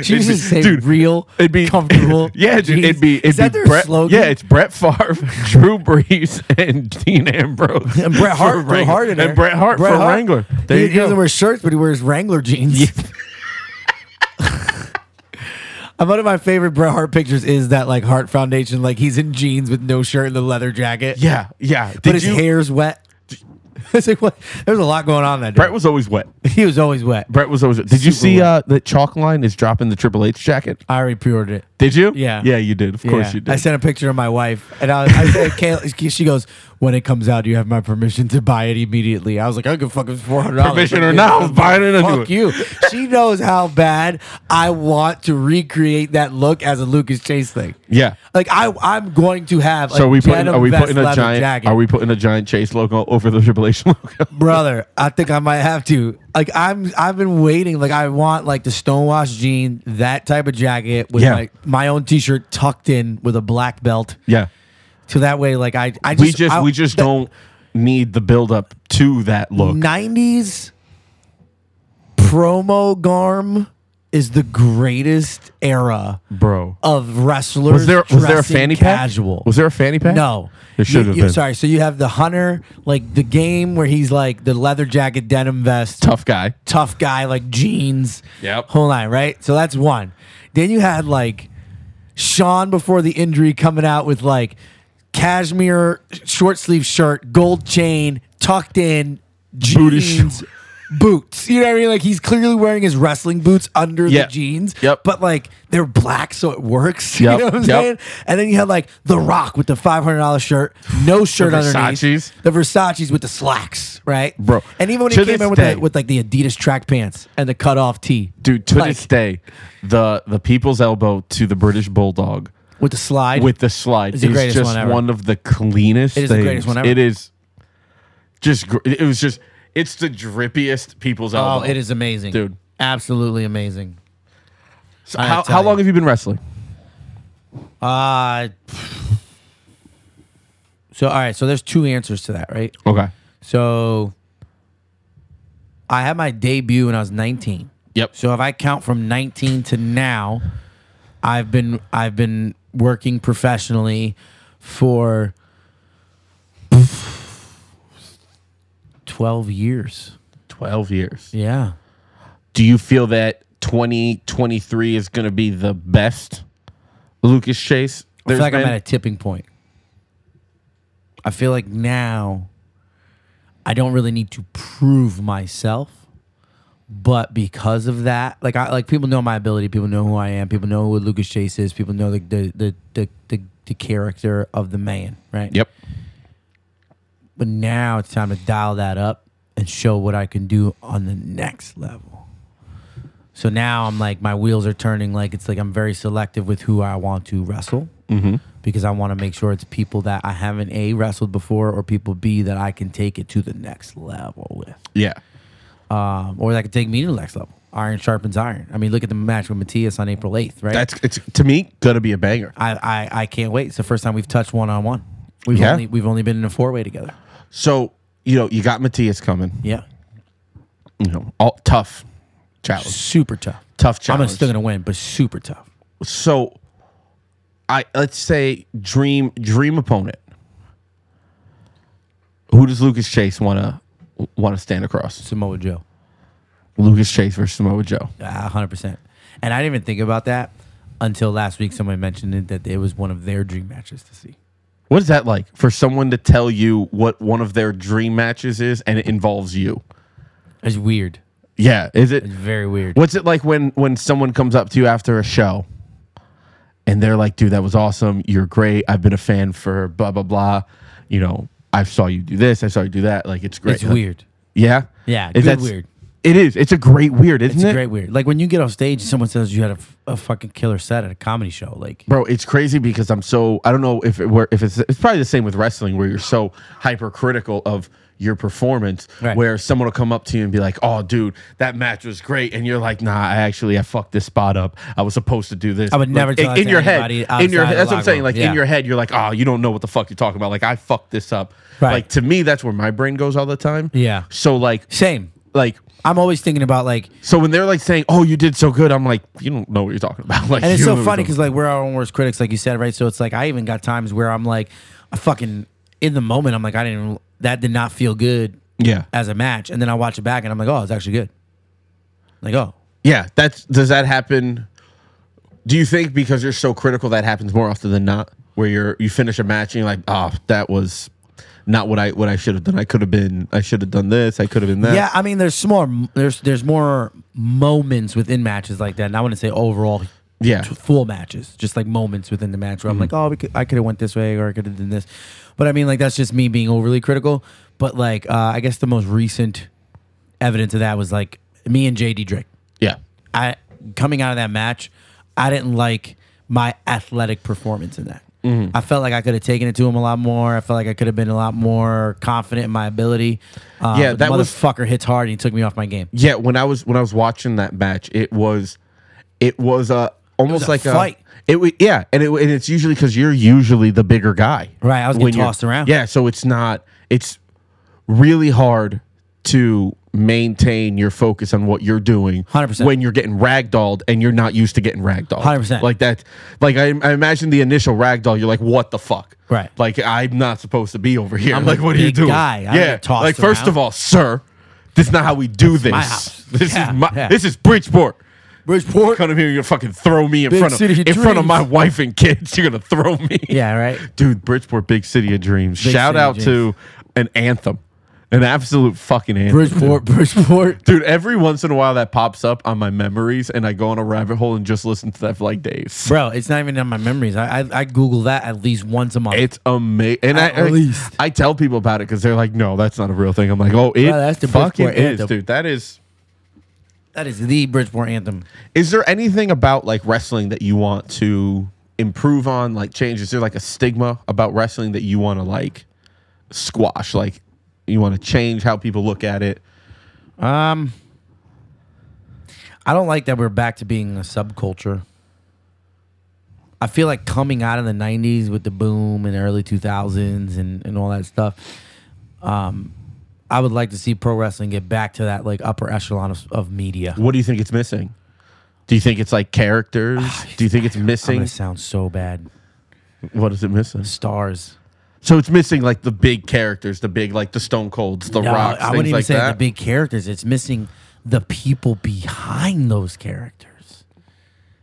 B: She
A: It'd
B: used to
A: be-
B: say
A: dude,
B: real,
A: it'd be
B: comfortable.
A: Yeah, dude,
B: jeans.
A: it'd be. It'd
B: Is that
A: be
B: their
A: Brett,
B: slogan?
A: Yeah, it's Brett Favre, Drew Brees, and Dean Ambrose,
B: And Bret Hart,
A: for
B: Bret
A: Wrangler.
B: Hart in there.
A: and Bret Hart for
B: Hart.
A: Wrangler. There
B: he,
A: you
B: he doesn't
A: go.
B: wear shirts, but he wears Wrangler jeans. Uh, One of my favorite Bret Hart pictures is that like Hart Foundation, like he's in jeans with no shirt and the leather jacket,
A: Yeah, yeah.
B: but
A: Did
B: his
A: you-
B: hair's wet. it's like what? There's a lot going on that day.
A: Brett was always wet.
B: he was always wet.
A: Brett was always. Wet. Did you
B: Super
A: see
B: wet.
A: uh, that Chalk Line is dropping the Triple H jacket?
B: I already pre-ordered it.
A: Did you?
B: Yeah.
A: Yeah, you did. Of course
B: Yeah.
A: you did.
B: I sent a picture of my wife, and I, I said, Kayla, she goes, "When it comes out, you have my permission to buy it immediately." I was like, "I could fuck it's four hundred dollars."
A: Permission or not, I'm buying it anyway.
B: Fuck you. She knows how bad I want to recreate that look as a Lucas Chase thing.
A: yeah.
B: Like I, I'm going to have.
A: So
B: a
A: are we putting,
B: denim
A: are we
B: vest
A: putting a
B: leather
A: giant
B: Jacket.
A: are we putting a giant Chase logo over the Triple H logo?
B: brother? I think I might have to. Like I'm, I've been waiting. Like I want like the stonewash jean, that type of jacket with
A: Yeah.
B: my, my own t-shirt tucked in with a black belt.
A: yeah.
B: So that way, like I, I just,
A: We just
B: I-
A: we just
B: the
A: don't need the build up to that look.
B: '90s promo garm is the greatest era
A: Bro.
B: of wrestlers.
A: was there was there a
B: dressing
A: fanny pack?
B: casual?
A: Was there a fanny pack?
B: No,
A: There should
B: You-
A: have
B: you-
A: been.
B: Sorry, so you have the hunter, like the game where he's like the leather jacket, denim vest,
A: Tough guy.
B: tough guy, like jeans.
A: Yep.
B: Whole line, right? So that's one. Then you had like Sean before the injury coming out with like cashmere short sleeve shirt, gold chain, tucked in
A: Booty
B: jeans, boots. You know what I mean? Like he's clearly wearing his wrestling boots under
A: Yeah.
B: the jeans.
A: Yep.
B: But like they're black, so it works.
A: Yep.
B: You know what I'm
A: Yep.
B: saying? And then you had like The Rock with the $500 shirt, no shirt underneath.
A: Versace's.
B: The Versace's with the slacks, right?
A: Bro,
B: And even when
A: to
B: he came
A: this
B: in with, the,
A: day-
B: with like the Adidas track pants and the cut off tee,
A: Dude, to
B: Like-
A: this day, the the people's elbow to the British bulldog
B: with the slide.
A: with the slide
B: It's
A: is
B: the greatest
A: just
B: one ever.
A: of the cleanest.
B: It is the
A: things.
B: greatest one ever.
A: It is just. gr- It was just. It's the drippiest people's
B: oh,
A: elbow.
B: it is amazing,
A: Dude.
B: Absolutely amazing.
A: So
B: I
A: how
B: tell
A: how long
B: you.
A: have you been wrestling?
B: Uh, so all right, so there's two answers to that, right?
A: Okay.
B: So I had my debut when I was 19.
A: Yep.
B: So if I count from 19 to now, I've been I've been working professionally for 12 years.
A: Twelve years.
B: Yeah.
A: Do you feel that twenty twenty three is going to be the best Lucas Chase?
B: I
A: there's
B: feel like I'm
A: been?
B: at a tipping point. I feel like now I don't really need to prove myself, but because of that, like I like people know my ability, people know who I am, people know who Lucas Chase is, people know the the the the, the, the character of the man, right?
A: Yep.
B: But now it's time to dial that up and show what I can do on the next level. So now I'm like my wheels are turning. Like it's like I'm very selective with who I want to wrestle
A: Mm-hmm.
B: because I want to make sure it's people that I haven't a wrestled before or people b that I can take it to the next level with
A: Yeah.
B: um, or that can take me to the next level. Iron sharpens iron. I mean, look at the match with Matias on April 8th, right?
A: That's it's to me gonna be a banger.
B: I, I I can't wait. It's the first time we've touched one on one. We've
A: Yeah.
B: only we've only been in a four way together.
A: So you know you got Matthias coming.
B: Yeah,
A: You know, all tough challenge,
B: super tough.
A: tough
B: I'm
A: challenge.
B: gonna- still gonna win, but super tough.
A: so I let's say dream dream opponent. Who does Lucas Chase wanna wanna stand across?
B: Samoa Joe,
A: Lucas Chase versus Samoa Joe.
B: Ah, 100%. And I didn't even think about that until last week. Someone mentioned it that it was one of their dream matches to see.
A: What is that like for someone to tell you what one of their dream matches is and it involves you?
B: It's weird.
A: Yeah, is it?
B: It's very weird.
A: What's it like when when someone comes up to you after a show and they're like, "Dude, that was awesome. You're great. I've been a fan for blah blah blah. You know, I saw you do this. I saw you do that. Like, it's great.
B: It's weird.
A: Yeah.
B: Yeah,
A: Is
B: good
A: that-
B: weird.
A: It is. It's a great weird, isn't
B: It's
A: it?
B: great weird. Like when you get on stage, someone says you had a, f- a fucking killer set at a comedy show. Like
A: Bro, it's crazy because I'm so I don't know if it were if it's it's probably the same with wrestling where you're so hypercritical of your performance
B: Right.
A: where someone will come up to you and be like, "Oh, dude, that match was great," and you're like, "Nah, I actually I fucked this spot up. I was supposed to do this."
B: I would never
A: like,
B: tell
A: in,
B: that
A: in
B: to
A: your
B: anybody
A: head. In your
B: outside the
A: head, that's what I'm
B: locker
A: saying.
B: room.
A: Like
B: Yeah.
A: in your head, you're like, "Oh, you don't know what the fuck you're talking about." Like I fucked this up.
B: Right.
A: Like to me, that's where my brain goes all the time.
B: Yeah.
A: So like
B: same.
A: like
B: I'm always thinking about like,
A: so when they're like saying, "Oh, you did so good," I'm like, "You don't know what you're talking about." Like,
B: and it's
A: you
B: so
A: don't know what
B: funny
A: you're
B: because like we're our own worst critics, like you said, right? So it's like I even got times where I'm like, I fucking in the moment, I'm like, I didn't, even- that did not feel good
A: talking about." yeah,
B: as a match, and then I watch it back and I'm like, oh, it's actually good. Like, oh,
A: yeah. That's does that happen? Do you think because you're so critical that happens more often than not, where you're you finish a match and you're like, "Oh, that was not what I what I should have done. I could have been. I should have done this. I could have been that."
B: yeah. I mean, there's more, there's there's more moments within matches like that, and I wouldn't say overall
A: yeah.
B: t- full matches, just like moments within the match where I'm like, oh, we could, I could have went this way or I could have done this. But I mean, like that's just me being overly critical. But like, uh, I guess the most recent evidence of that was like me and JD Drake.
A: Yeah.
B: I coming out of that match, I didn't like my athletic performance in that.
A: Mm-hmm.
B: I felt like I could have taken it to him a lot more. I felt like I could have been a lot more confident in my ability. Uh,
A: Yeah,
B: but
A: that
B: the
A: was-
B: motherfucker hits hard and he took me off my game.
A: Yeah, when I was when I was watching that match, it was it was a almost
B: a
A: like
B: fight.
A: a it wa- yeah, and it wa- and it's usually because you're usually the bigger guy,
B: Right, I was getting
A: When you're-
B: tossed around.
A: Yeah, so it's not it's really hard to maintain your focus on what you're doing
B: 100%.
A: when you're getting ragdolled and you're not used to getting ragdolled
B: 100%.
A: like that like I, I imagine the initial ragdoll you're like what the fuck
B: Right.
A: like i'm not supposed to be over here
B: I'm
A: i'm
B: a
A: like what are you
B: big
A: doing
B: guy. I don't
A: yeah
B: get tossed
A: like first
B: around.
A: of all sir this is not how we do this
B: my house.
A: this
B: Yeah,
A: is my.
B: yeah.
A: This is Bridgeport.
B: Bridgeport.
A: Come here, you're gonna fucking throw me in
B: Big
A: front of in
B: city of
A: front of
B: dreams.
A: my wife and kids. You're gonna throw me.
B: Yeah, right.
A: dude. Bridgeport, big city of dreams.
B: Big
A: Shout
B: city of
A: out to an anthem, an absolute fucking anthem.
B: Bridgeport, Bridgeport.
A: Dude, every once in a while that pops up on my memories, and I go on a rabbit hole and just listen to that for like days.
B: Bro, it's not even on my memories. I, I I Google that at least once a month.
A: It's amazing, and
B: At
A: I, I-
B: least.
A: I tell people about it because they're like, "No, that's not a real thing." I'm like, "Oh, it
B: Bro, that's the
A: fucking
B: Bridgeport
A: is,
B: anthem.
A: dude. That is."
B: that is the Bridgeport anthem.
A: Is there anything about like wrestling that you want to improve on, like change? Is there like a stigma about wrestling that you want to like squash? Like you want to change how people look at it?
B: I don't like that we're back to being a subculture. I feel like coming out of the 90s with the boom and the early 2000s and, and all that stuff, um, I would like to see pro wrestling get back to that like upper echelon of, of media.
A: What do you think it's missing? Do you think it's like characters? Do you think it's
B: Ah, I'm gonna
A: missing?
B: sound so bad.
A: What is it missing?
B: Stars.
A: So it's missing like the big characters, the big like the Stone Colds, the
B: No,
A: Rocks,
B: I
A: things
B: wouldn't even
A: like
B: say
A: that.
B: the big characters. It's missing the people behind those characters.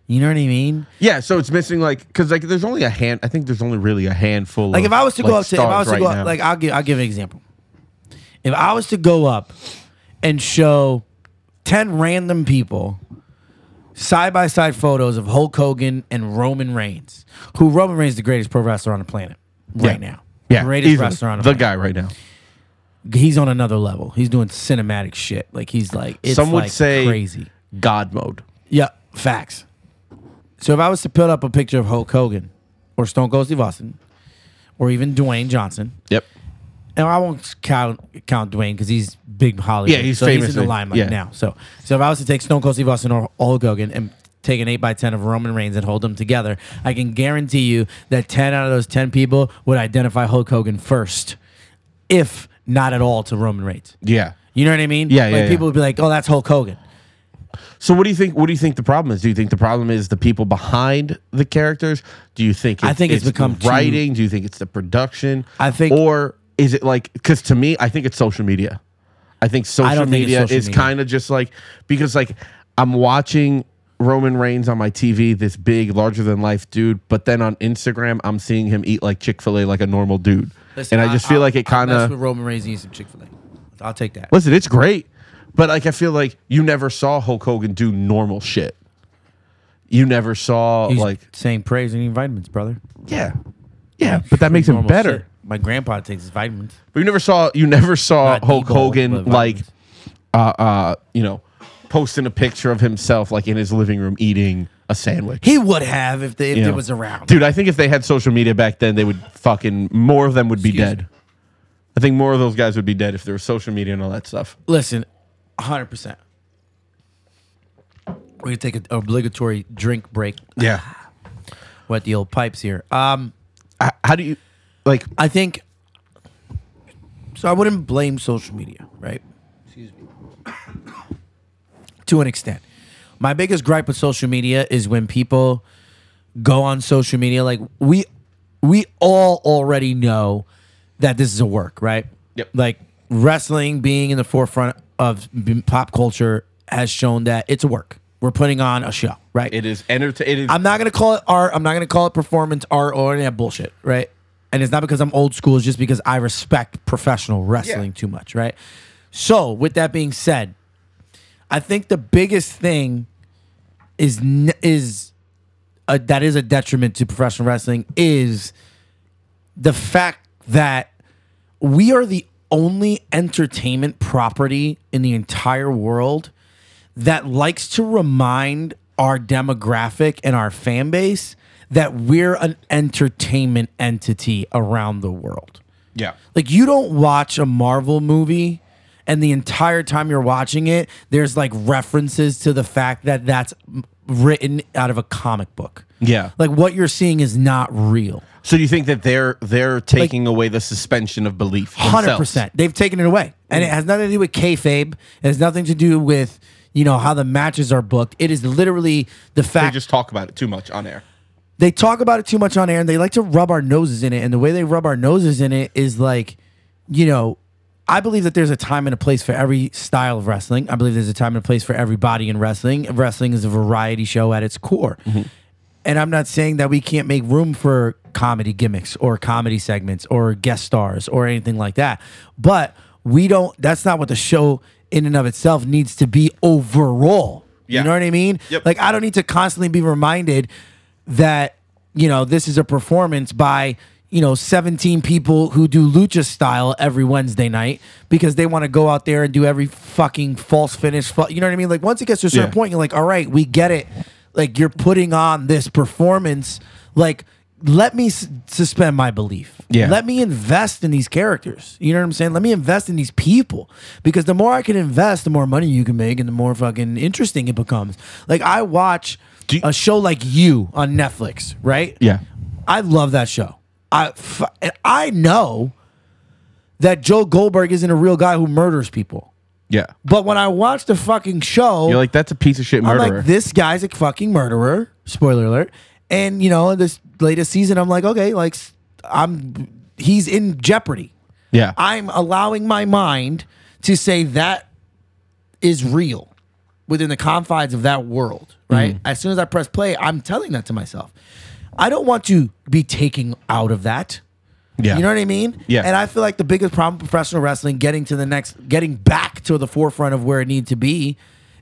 B: You know what I mean?
A: yeah, so it's missing like because like there's only a hand. I think there's only really a handful.
B: Like
A: of,
B: if I was to go
A: like,
B: up to if I
A: stars
B: was to
A: right
B: go up,
A: now.
B: like I'll give I'll give an example. If I was to go up and show ten random people side by side photos of Hulk Hogan and Roman Reigns, who Roman Reigns is the greatest pro wrestler on the planet right
A: Yeah.
B: now.
A: yeah,
B: greatest
A: easily.
B: wrestler on the,
A: the
B: planet.
A: guy right now.
B: He's on another level. He's doing cinematic shit. Like he's like it's
A: Some would
B: like
A: say
B: crazy.
A: God mode.
B: Yeah, facts. So if I was to put up a picture of Hulk Hogan or Stone Cold Steve Austin or even Dwayne Johnson
A: Yep.
B: and I won't count count Dwayne because he's big Hollywood.
A: Yeah, he's
B: so He's in the
A: famously-
B: limelight
A: yeah.
B: now. So, so if I was to take Stone Cold Steve Austin or Hulk Hogan and take an eight by ten of Roman Reigns and hold them together, I can guarantee you that ten out of those ten people would identify Hulk Hogan first, if not at all to Roman Reigns.
A: Yeah.
B: You know what I mean?
A: Yeah,
B: like
A: yeah, yeah.
B: People would be like, "Oh, that's Hulk Hogan."
A: So what do you think? What do you think the problem is? Do you think the problem is the people behind the characters? Do you think
B: I think it's
A: the
B: become too-
A: writing? do you think it's the production?
B: I think-
A: or is it like because to me, I think it's social media. I think social
B: don't think it's
A: media
B: social
A: is
B: media.
A: kind of just like because like I'm watching Roman Reigns on my TV, this big, larger than life dude, but then on Instagram, I'm seeing him eat like Chick Fil A like a normal dude, and I just feel like it kind
B: That's
A: of
B: with Roman Reigns and some Chick Fil A. I'll take that.
A: Listen, it's great, but like I feel like you never saw Hulk Hogan do normal shit. You never saw
B: He's
A: like
B: saying praise and eating vitamins, brother.
A: yeah, yeah, but that makes him
B: Normal
A: better.
B: shit. My grandpa takes his vitamins.
A: But you never saw you never saw
B: Not
A: Oh, Hulk
B: Debo,
A: Hogan
B: but
A: like
B: vitamins.
A: uh uh you know posting a picture of himself like in his living room eating a sandwich.
B: He would have if, they, if
A: you
B: it
A: know?
B: was around.
A: dude. I think if they had social media back then, they would fucking more of them would be
B: Excuse
A: dead. I think more of those guys would be dead if there was social media and all that stuff.
B: Listen, 100%. We're going to take an obligatory drink break.
A: Yeah.
B: We're at the old pipes here. Um,
A: How do you like?
B: I think, so I wouldn't blame social media, right? Excuse me. to an extent. My biggest gripe with social media is when people go on social media like we we all already know that this is a work, right?
A: Yep.
B: Like wrestling being in the forefront of b- pop culture has shown that it's a work. We're putting on a show, right?
A: It is entertain. It is
B: I'm not gonna call it art. I'm not gonna call it performance art or any of that bullshit, right? And it's not because I'm old school. It's just because I respect professional wrestling
A: Yeah.
B: too much, right? So, with that being said, I think the biggest thing is n- is a, that is a detriment to professional wrestling is the fact that we are the only entertainment property in the entire world that likes to remind our demographic and our fan base that we're an entertainment entity around the world.
A: yeah.
B: Like you don't watch a Marvel movie and the entire time you're watching it there's like references to the fact that that's m- written out of a comic book.
A: Yeah.
B: Like what you're seeing is not real.
A: So do you think that they're they're taking away the suspension of belief?
B: Hundred
A: themselves?
B: percent. They've taken it away, and it has nothing to do with kayfabe. It has nothing to do with you know how the matches are booked. It is literally the
A: They
B: fact
A: just talk about it too much on air.
B: they talk about it too much on air, and they like to rub our noses in it. And the way they rub our noses in it is like, you know, I believe that there's a time and a place for every style of wrestling. I believe there's a time and a place for everybody in wrestling. Wrestling is a variety show at its core.
A: Mm-hmm.
B: And I'm not saying that we can't make room for comedy gimmicks or comedy segments or guest stars or anything like that. But we don't, that's not what the show in and of itself needs to be overall.
A: Yeah.
B: You know what I mean?
A: Yep.
B: Like, I don't need to constantly be reminded that, you know, this is a performance by, you know, 17 people who do lucha style every Wednesday night because they want to go out there and do every fucking false finish. Fu- you know what I mean? Like, once it gets to a certain
A: Yeah.
B: point, you're like, all right, we get it. Like, you're putting on this performance. Like, let me s- suspend my belief.
A: Yeah.
B: Let me invest in these characters. You know what I'm saying? Let me invest in these people because the more I can invest, the more money you can make and the more fucking interesting it becomes. Like I watch
A: Do you-
B: a show like you on Netflix, right?
A: Yeah.
B: I love that show. I f- and I know that Joe Goldberg isn't a real guy who murders people.
A: Yeah.
B: But when I watch the fucking show,
A: You're like that's a piece of shit murderer.
B: I'm like, this guy's a fucking murderer. Spoiler alert. And you know, in this latest season, I'm like, okay, like s- I'm, he's in jeopardy.
A: yeah.
B: I'm allowing my mind to say that is real within the confines of that world, right? As soon as I press play, I'm telling that to myself. I don't want to be taken out of that.
A: yeah.
B: You know what I mean?
A: Yeah.
B: And I feel like the biggest problem with professional wrestling getting to the next, getting back to the forefront of where it needs to be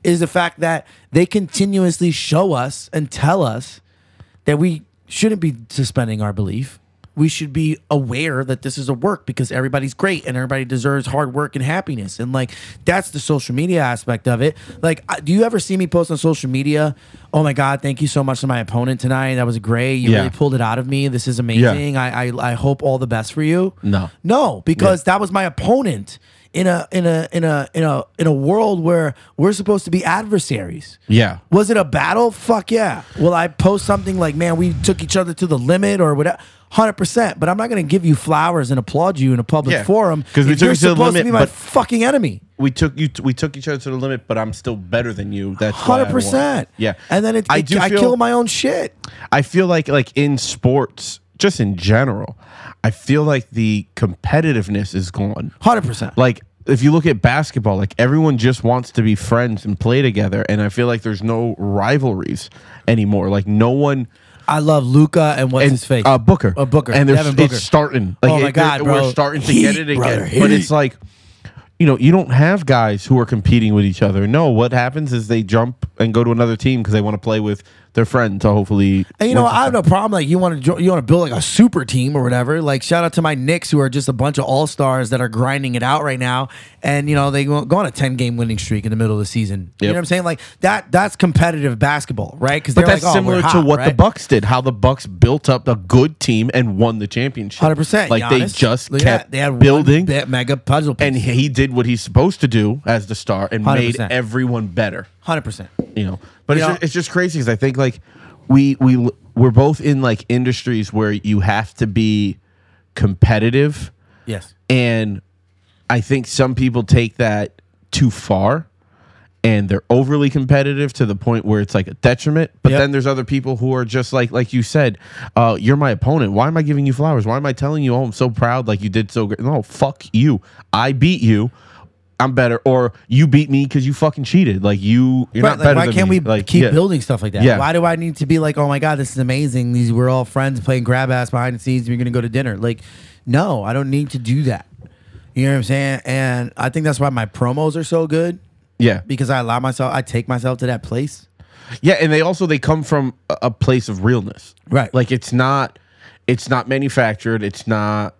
B: is the fact that they continuously show us and tell us that we shouldn't be suspending our belief. We should be aware that this is a work because everybody's great and everybody deserves hard work and happiness. And like, that's the social media aspect of it. Like, I- do you ever see me post on social media? Oh my God, thank you so much to my opponent tonight. That was great. You
A: Yeah.
B: really pulled it out of me. This is amazing. I, I I hope all the best for you.
A: No.
B: no, because that was my opponent in a in a in a in a in a world where we're supposed to be adversaries.
A: yeah.
B: Was it a battle? Fuck yeah. Will I post something like, man, we took each other to the limit or whatever? Hundred percent. But I'm not gonna give you flowers and applaud you in a public
A: Yeah.
B: forum
A: 'Cause we
B: if
A: took
B: you're
A: it to the
B: supposed
A: limit,
B: to be my
A: but- Oh,
B: fucking enemy.
A: We took you. T- we took each other to the limit, but I'm still better than you. That's why I
B: Hundred
A: won.
B: percent.
A: Yeah.
B: And then it,
A: I
B: it-
A: do
B: I
A: feel-
B: kill my own shit.
A: I feel like like in sports, just in general, I feel like the competitiveness is gone.
B: Hundred percent.
A: Like if you look at basketball, like everyone just wants to be friends and play together, and I feel like there's no rivalries anymore. Like no one
B: I love Luca and what's
A: and
B: his face?
A: Uh, Booker,
B: Uh, Booker.
A: and there's
B: Devin Booker.
A: it's starting. Like,
B: Oh my
A: it-
B: God,
A: it-
B: bro.
A: we're starting to get
B: Heat,
A: it again.
B: brother,
A: but
B: heat.
A: it's like, you know, you don't have guys who are competing with each other. No, what happens is they jump and go to another team because they want to play with their friend to hopefully.
B: And you know, I have no problem. Like you want to, jo- you want to build like a super team or whatever. Like shout out to my Knicks who are just a bunch of all stars that are grinding it out right now. And you know they go go on a ten game winning streak in the middle of the season. You know
A: Yep.
B: what I'm saying? Like that. That's competitive basketball, right? Because
A: But that's similar to what the Bucks did. How the Bucks built up a good team and won the championship.
B: Hundred percent.
A: Like they just kept
B: They had
A: building,
B: one bit- mega puzzle
A: and
B: piece.
A: he did what he's supposed to do as the star and made
B: 100%.
A: everyone better.
B: Hundred percent.
A: you know but it's,
B: Yeah.
A: just, it's just crazy because i think like we we l- we're both in like industries where you have to be competitive
B: Yes.
A: and i think some people take that too far and they're overly competitive to the point where it's like a detriment. But
B: Yep.
A: then there's other people who are just like like you said, uh, you're my opponent. Why am I giving you flowers? Why am I telling you, oh, I'm so proud, like you did so great? No, fuck you. I beat you. I'm better, or you beat me because you fucking cheated. Like you, you're not
B: Right, like,
A: better.
B: why
A: than
B: can't
A: me.
B: we
A: like,
B: keep
A: yeah.
B: building stuff like that?
A: Yeah.
B: Why do I need to be like, oh my god, this is amazing? These we're all friends playing grab ass behind the scenes. We're gonna go to dinner. Like, no, I don't need to do that. You know what I'm saying? And I think that's why my promos are so good
A: Yeah,
B: because I allow myself, I take myself to that place.
A: Yeah, and they also they come from a a place of realness.
B: Right.
A: Like it's not it's not manufactured, it's not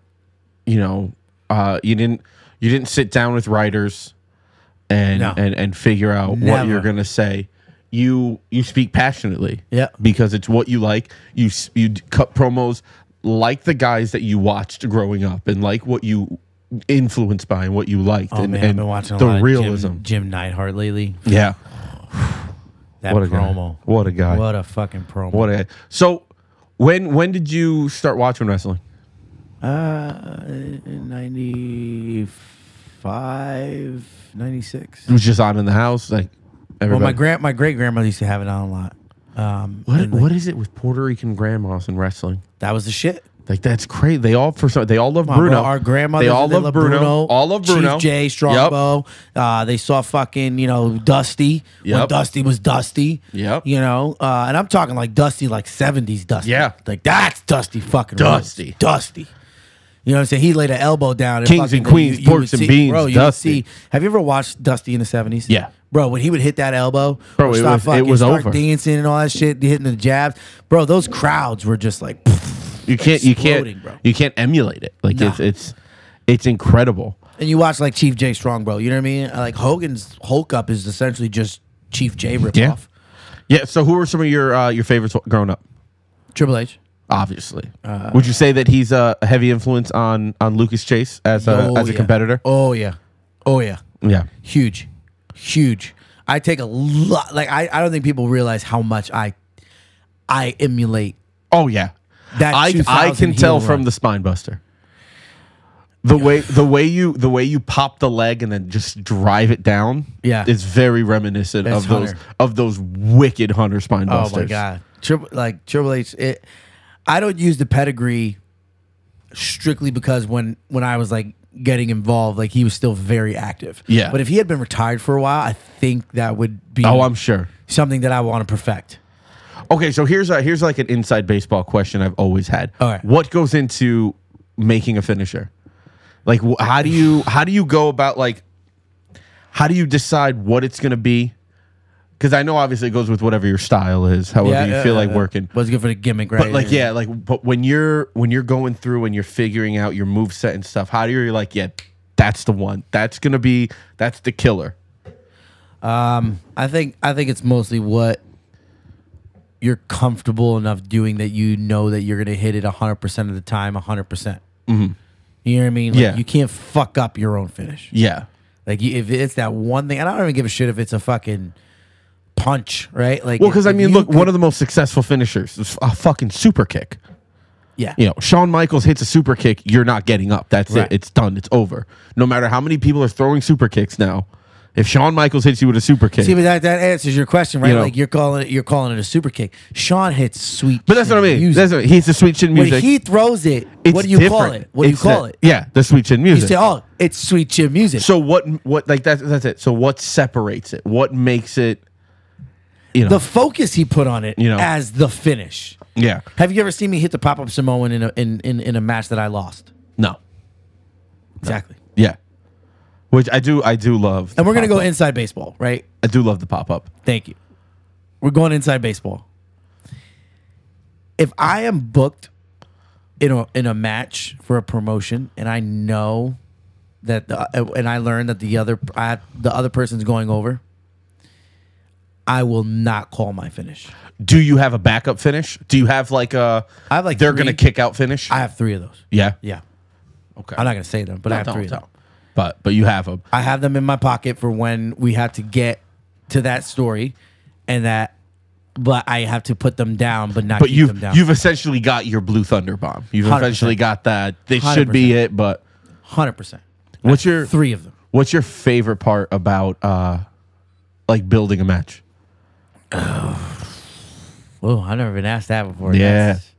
A: you know, uh you didn't you didn't sit down with writers and
B: No.
A: and and figure out what
B: Never.
A: you're going to say. You you speak passionately.
B: Yeah.
A: Because it's what you like. You s- you d- cut promos like the guys that you watched growing up and like what you influenced by and what you liked
B: Oh
A: and,
B: man,
A: and
B: I've been watching a
A: the
B: lot of
A: realism.
B: Jim, Jim Neidhart lately.
A: Yeah.
B: That
A: What a guy.
B: promo.
A: What a guy.
B: What a fucking promo.
A: What a so when when did you start watching wrestling?
B: Uh, 95, 96.
A: It was just on in the house, like
B: Well, my
A: everybody.
B: grand, my great grandmother used to have it on a lot. Um,
A: what
B: and, like,
A: what is it with Puerto Rican grandmas and wrestling?
B: that was the shit.
A: Like that's crazy. They all for some they all love
B: Come on,
A: Bruno.
B: bro. Our grandmothers,
A: They all love
B: loved
A: Bruno. All love Bruno.
B: Chief J,
A: Yep.
B: Strongbow. Uh, they saw fucking you know Dusty when
A: Yep.
B: Dusty was Dusty.
A: Yep.
B: You know, uh, and I'm talking like Dusty, like '70s Dusty.
A: Yeah.
B: like that's Dusty fucking
A: Dusty.
B: Rhodes. Dusty. You know what I'm saying? He laid an elbow down. And
A: Kings
B: fucking-
A: and queens,
B: you- you
A: porks
B: would
A: and
B: see-
A: beans,
B: Bro, you would
A: Dusty.
B: see- Have you ever watched Dusty in the '70s?
A: Yeah.
B: Bro, when he would hit that elbow,
A: Bro,
B: or
A: it
B: start
A: was- it was
B: start
A: over.
B: dancing and all that shit, hitting the jabs. Bro, those crowds were just like.
A: You can't you
B: Exploding,
A: can't
B: bro.
A: you can't emulate it. Like
B: Nah.
A: it's it's it's incredible.
B: And you watch like Chief J Strong, bro. You know what I mean? Uh, Like Hogan's Hulk up is essentially just Chief J ripoff.
A: Yeah. Yeah. So who were some of your uh, your favorites growing up?
B: Triple H.
A: Obviously,
B: Uh,
A: would you say that he's a heavy influence on on Lucas Chase as a
B: Oh,
A: as a
B: yeah.
A: competitor?
B: Oh yeah. Oh yeah.
A: Yeah.
B: Huge. Huge. I take a lot like I, I don't think people realize how much I I emulate
A: Oh yeah,
B: That
A: I
B: 2000
A: I can
B: heel
A: tell
B: run.
A: from the spine buster. The way the way you the way you pop the leg and then just drive it down,
B: Yeah.
A: is very reminiscent
B: That's
A: of those
B: Hunter.
A: of those wicked hunter spine busters.
B: Oh my god, triple like Triple H. It, I don't use the pedigree strictly because when when I was like getting involved, like he was still very active.
A: Yeah.
B: But if he had been retired for a while, I think that would be
A: Oh, I'm sure.
B: something that I want to perfect.
A: Okay, so here's a here's like an inside baseball question I've always had.
B: All right.
A: What goes into making a finisher? Like wh- how do you how do you go about like how do you decide what it's going to be? Cuz I know obviously it goes with whatever your style is, however you feel like working.
B: was good for the gimmick, right?
A: But like yeah, like but when you're when you're going through and you're figuring out your move set and stuff, how do you like yeah, that's the one. That's going to be that's the killer.
B: I think I think it's mostly what you're comfortable enough doing that you know that you're gonna hit it 100 percent of the time, 100 percent. You know what I mean? Like,
A: Mm-hmm. Yeah.
B: You can't fuck up your own finish.
A: Yeah.
B: Like you- if it's that one thing, and I don't even give a shit if it's a fucking punch, right? Like,
A: Well, because I
B: if
A: mean,
B: you
A: look,
B: could-
A: one of the most successful finishers is a fucking super kick.
B: yeah,
A: you know, Shawn Michaels hits a super kick, you're not getting up. That's
B: Right.
A: it. It's done. It's over. No matter how many people are throwing super kicks now, if Shawn Michaels hits you with a super kick,
B: See, but that, that answers your question, right?
A: You know.
B: like you're calling it, you're calling it a super kick. Sean hits sweet,
A: but that's
B: chin
A: what I mean.
B: music.
A: That's what, he's the sweet chin
B: when
A: music.
B: he throws it,
A: It's
B: what do you call
A: different.
B: it? What do you
A: It's
B: call
A: the-
B: it?
A: Yeah, the sweet chin
B: You
A: music.
B: say, oh, it's sweet chin music.
A: so what? What like that's that's it. So what separates it? What makes it? You know.
B: the focus he put on it
A: You know.
B: as the finish.
A: yeah.
B: Have you ever seen me hit the pop up Samoan in a in, in in a match that I lost?
A: No.
B: Exactly.
A: Yeah. Which I do. I do love.
B: And
A: the
B: we're gonna go
A: pop-up.
B: inside baseball, right?
A: I do love the pop up.
B: Thank you. We're going inside baseball. If I am booked in a in a match for a promotion and I know that the, uh, and I learn that the other I, the other person's going over, I will not call my finish.
A: Do you have a backup finish? Do you have like a?
B: I have like
A: they're
B: three-
A: gonna kick out finish.
B: I have three of those.
A: yeah.
B: Yeah.
A: Okay.
B: I'm not gonna say them, but I have
A: don't,
B: three of them.
A: don't. But but you have them.
B: I have them in my pocket for when we have to get to that story and that but I have to put them down but not
A: But
B: keep them
A: you've
B: down.
A: you've essentially got your blue thunder bomb. You've
B: 100%.
A: essentially got that. This should be it. But
B: hundred percent.
A: what's your
B: Three of them.
A: what's your favorite part about uh like building a match?
B: Whoa, I've never been asked that before.
A: Yeah.
B: That's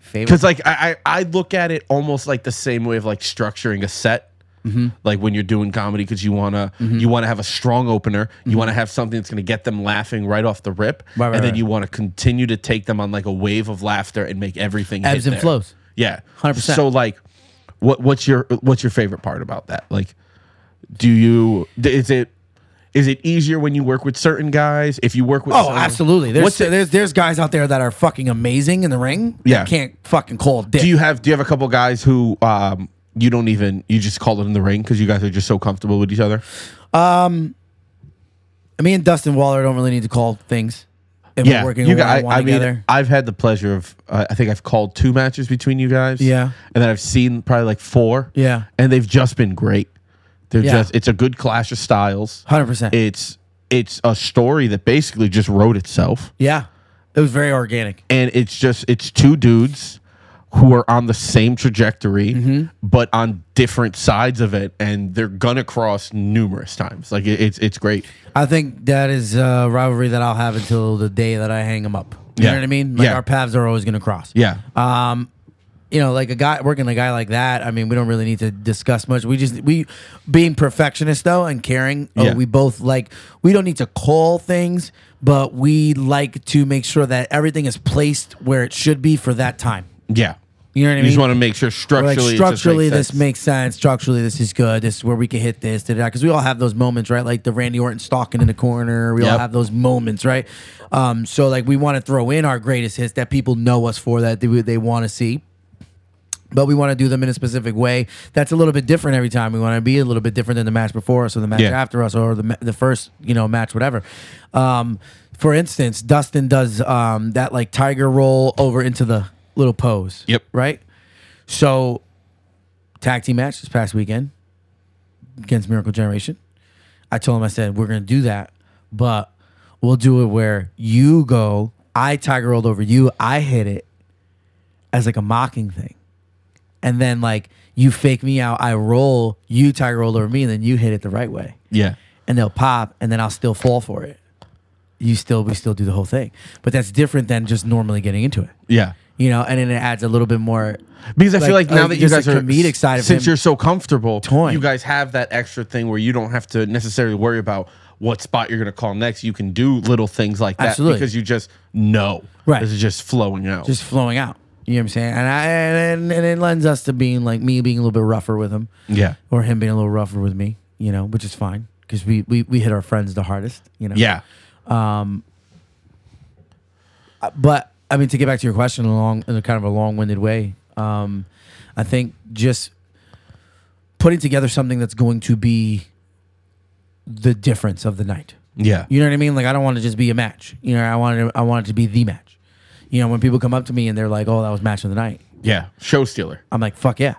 B: favorite.
A: Because like I, I I look at it almost like the same way of like structuring a set.
B: Mm-hmm.
A: Like when you're doing comedy, because you wanna you wanna have a strong opener, you wanna have something that's gonna get them laughing right off the rip,
B: Mm-hmm. Right, right,
A: and then
B: right.
A: you wanna continue to take them on like a wave of laughter and make everything hit
B: Ebbs and
A: there.
B: flows.
A: Yeah,
B: 100%.
A: So like, what what's your what's your favorite part about that? Like, do you d- is it is it easier when you work with certain guys? If you work with
B: Oh,
A: someone-
B: absolutely. There's,
A: What's it-
B: there's there's guys out there that are fucking amazing in the ring.
A: Yeah.
B: That can't fucking call a dick.
A: do you have do you have a couple guys who um you don't even you just call it in the ring because you guys are just so comfortable with each other?
B: Me and Dustin Waller don't really need to call things. If we're working
A: you
B: one
A: guys. I, I mean,
B: together.
A: I've had the pleasure of uh, I think I've called two matches between you guys.
B: Yeah.
A: and then I've seen probably like four.
B: Yeah.
A: and they've just been great. They're
B: Yeah.
A: just it's a good clash of styles.
B: 100%.
A: it's it's a story that basically just wrote itself
B: yeah. It was very organic.
A: and it's just it's two dudes who are on the same trajectory
B: Mm-hmm.
A: but on different sides of it and they're gonna cross numerous times like it, it's it's great
B: I think that is a rivalry that I'll have until the day that I hang them up. You
A: Yeah.
B: know what I mean? Like
A: Yeah.
B: our paths are always going to cross.
A: yeah
B: You know, like a guy working a guy like that. I mean, we don't really need to discuss much. We just we being perfectionists though and caring. oh,
A: Yeah.
B: we both like we don't need to call things, but we like to make sure that everything is placed where it should be for that time.
A: yeah
B: You know what I
A: you
B: mean?
A: just want to make sure
B: We're
A: structurally
B: like
A: it just
B: structurally
A: makes
B: this
A: sense.
B: makes sense. Structurally this is good. This is where we can hit this, da, da, Because we all have those moments, right? Like the Randy Orton stalking in the corner. We all
A: Yep.
B: have those moments, right? Um, so like we want to throw in our greatest hits that people know us for that they, they want to see. But we want to do them in a specific way that's a little bit different every time. We want to be a little bit different than the match before us or the match
A: Yeah.
B: after us or the ma- the first you know match whatever. Um, for instance, Dustin does um, that like tiger roll over into the little pose.
A: Yep.
B: Right. So, tag team match this past weekend against Miracle Generation. I told him, I said, we're going to do that, but we'll do it where you go, I tiger rolled over you, I hit it as like a mocking thing. And then, like, you fake me out, I roll, you tiger roll over me, and then you hit it the right way
A: yeah
B: and they'll pop, and then I'll still fall for it. You still, we still do the whole thing, but that's different than just normally getting into it,
A: yeah
B: you know. And then it adds a little bit more.
A: because I feel
B: Like,
A: like now
B: uh,
A: that you
B: just
A: guys
B: the
A: are
B: comedic side of
A: since
B: him
A: you're so comfortable,
B: toying.
A: you guys have that extra thing where you don't have to necessarily worry about what spot you're going to call next. You can do little things like that
B: Absolutely.
A: because you just know
B: Right.
A: this is just flowing out.
B: just flowing out. You know what I'm saying? And I and, and it lends us to being like me being a little bit rougher with him,
A: yeah,
B: or him being a little rougher with me, you know, which is fine because we, we we hit our friends the hardest, you know.
A: yeah,
B: but I mean, to get back to your question, along in a kind of a long-winded way, um, I think just putting together something that's going to be the difference of the night.
A: yeah,
B: You know what I mean? Like I don't want to just be a match. You know, I want it, I want it to be the match. You know, when people come up to me and they're like, "Oh, that was match of the night,"
A: yeah. Show stealer.
B: I'm like, "Fuck yeah."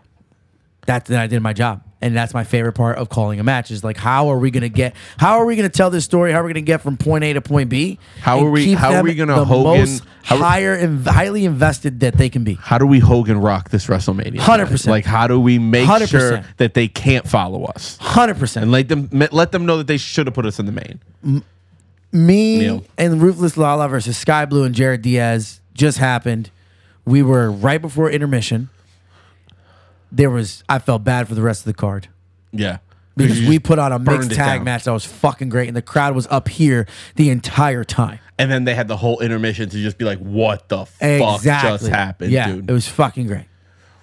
B: That's that I did my job. And that's my favorite part of calling a match is like how are we gonna get how are we gonna tell this story? How are we gonna get from point A to point B?
A: How
B: and
A: are we-
B: keep
A: how are
B: them
A: we gonna
B: the
A: Hogan-
B: most
A: how are-
B: higher and highly invested that they can be?
A: How do we Hogan rock this WrestleMania?
B: 100%.
A: Like, how do we make
B: 100%.
A: sure that they can't follow us
B: Hundred percent.
A: and let them let them know that they should have put us in the main?
B: Me
A: Yeah.
B: and Ruthless Lala versus Sky Blue and Jared Diaz just happened. We were right before intermission. There was I felt bad for the rest of the card.
A: Yeah,
B: Because
A: you
B: we
A: just
B: put on a mixed
A: burned it
B: tag
A: down.
B: match that was fucking great and the crowd was up here the entire time.
A: and then they had the whole intermission to just be like, "What the fuck
B: Exactly.
A: just happened,
B: yeah,
A: dude?"
B: It was fucking great.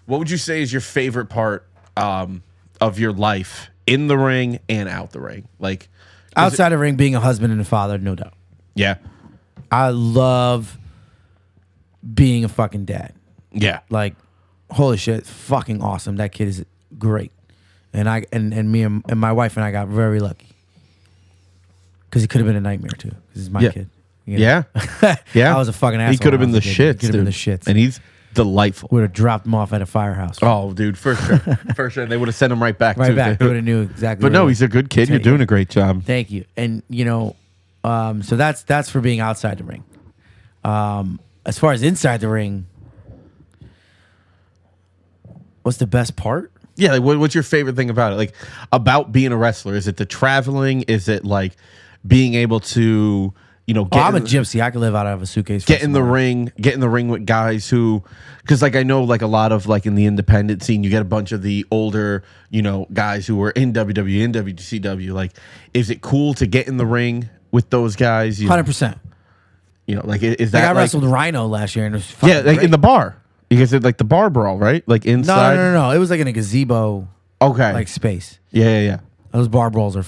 A: What would you say is your favorite part um, of your life in the ring and out the ring? Like,
B: Outside of ring, being a husband and a father, no doubt.
A: yeah,
B: I love being a fucking dad.
A: yeah,
B: Like, holy shit, fucking awesome. That kid is great. And I and, and me and, and my wife and I got very lucky. Cause it could have been a nightmare too. Cause it's my
A: Yeah.
B: kid. you know?
A: yeah, yeah.
B: I was a fucking asshole.
A: He could have
B: when
A: been
B: I
A: the
B: was a kid.
A: shits,
B: He could have been the
A: dude.
B: shits.
A: and he's delightful.
B: would have dropped him off at a firehouse.
A: Oh, dude, for sure, for sure. They would have sent him right back.
B: right
A: too.
B: back.
A: They-
B: Would have knew exactly.
A: but
B: where
A: no,
B: he
A: he's a good kid. You're
B: Yeah.
A: doing a great job.
B: Thank you. And you know, um, so that's that's for being outside the ring. Um, as far as inside the ring, what's the best part? Oh,
A: Yeah, like what, what's your favorite thing about it? Like about being a wrestler? Is it the traveling? Is it like being able to, you know,
B: Oh,
A: get
B: I'm a
A: in-
B: gypsy. I could live out of a suitcase. for
A: get in the
B: tomorrow.
A: ring, get in the ring with guys who, because like I know like a lot of like in the independent scene, you get a bunch of the older you know guys who were in E WWE in WCW. Like, is it cool to get in the ring with those guys? You,
B: Hundred percent.
A: you know, like i- is
B: Like
A: that
B: I
A: like-
B: wrestled Rhino last year, and it was fucking
A: yeah, like in
B: Oh, great.
A: the bar. You guys did like the bar brawl, right? Like
B: no, no,
A: inside.
B: no, no, no. It was like in a gazebo,
A: Okay.
B: like space.
A: yeah, yeah, yeah.
B: Those bar brawls are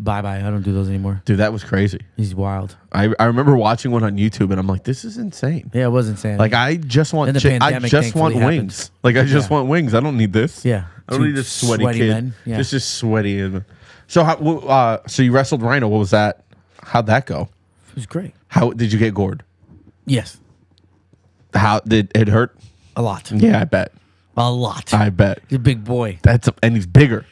B: bye bye. I don't do those anymore.
A: Dude, that was crazy.
B: He's wild.
A: I, I remember watching one on YouTube, and I'm like, this is insane.
B: Yeah, it was insane.
A: Like I just want
B: Then the
A: chi- I
B: pandemic
A: just want
B: thankfully happened.
A: wings. Like I just want wings. I don't need this.
B: Yeah.
A: I don't
B: Two
A: need a sweaty,
B: sweaty
A: kid.
B: men. Yeah.
A: Just just sweaty. And so how wh- uh, so you wrestled Rhino? What was that? How'd that go?
B: it was great.
A: How did you get gored?
B: Yes,
A: How did it hurt?
B: a lot,
A: Yeah, I bet.
B: a lot.
A: I bet.
B: He's a big boy.
A: That's and he's bigger.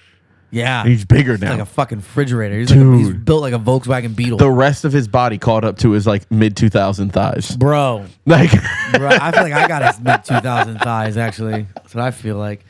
B: Yeah,
A: He's bigger now.
B: like a fucking refrigerator. He's, like a- he's
A: Dude.
B: built like a Volkswagen Beetle,
A: the rest of his body caught up to his like mid two thousand thighs.
B: bro.
A: Like
B: bro. I feel like I got his mid two thousand thighs. Actually, that's what I feel like.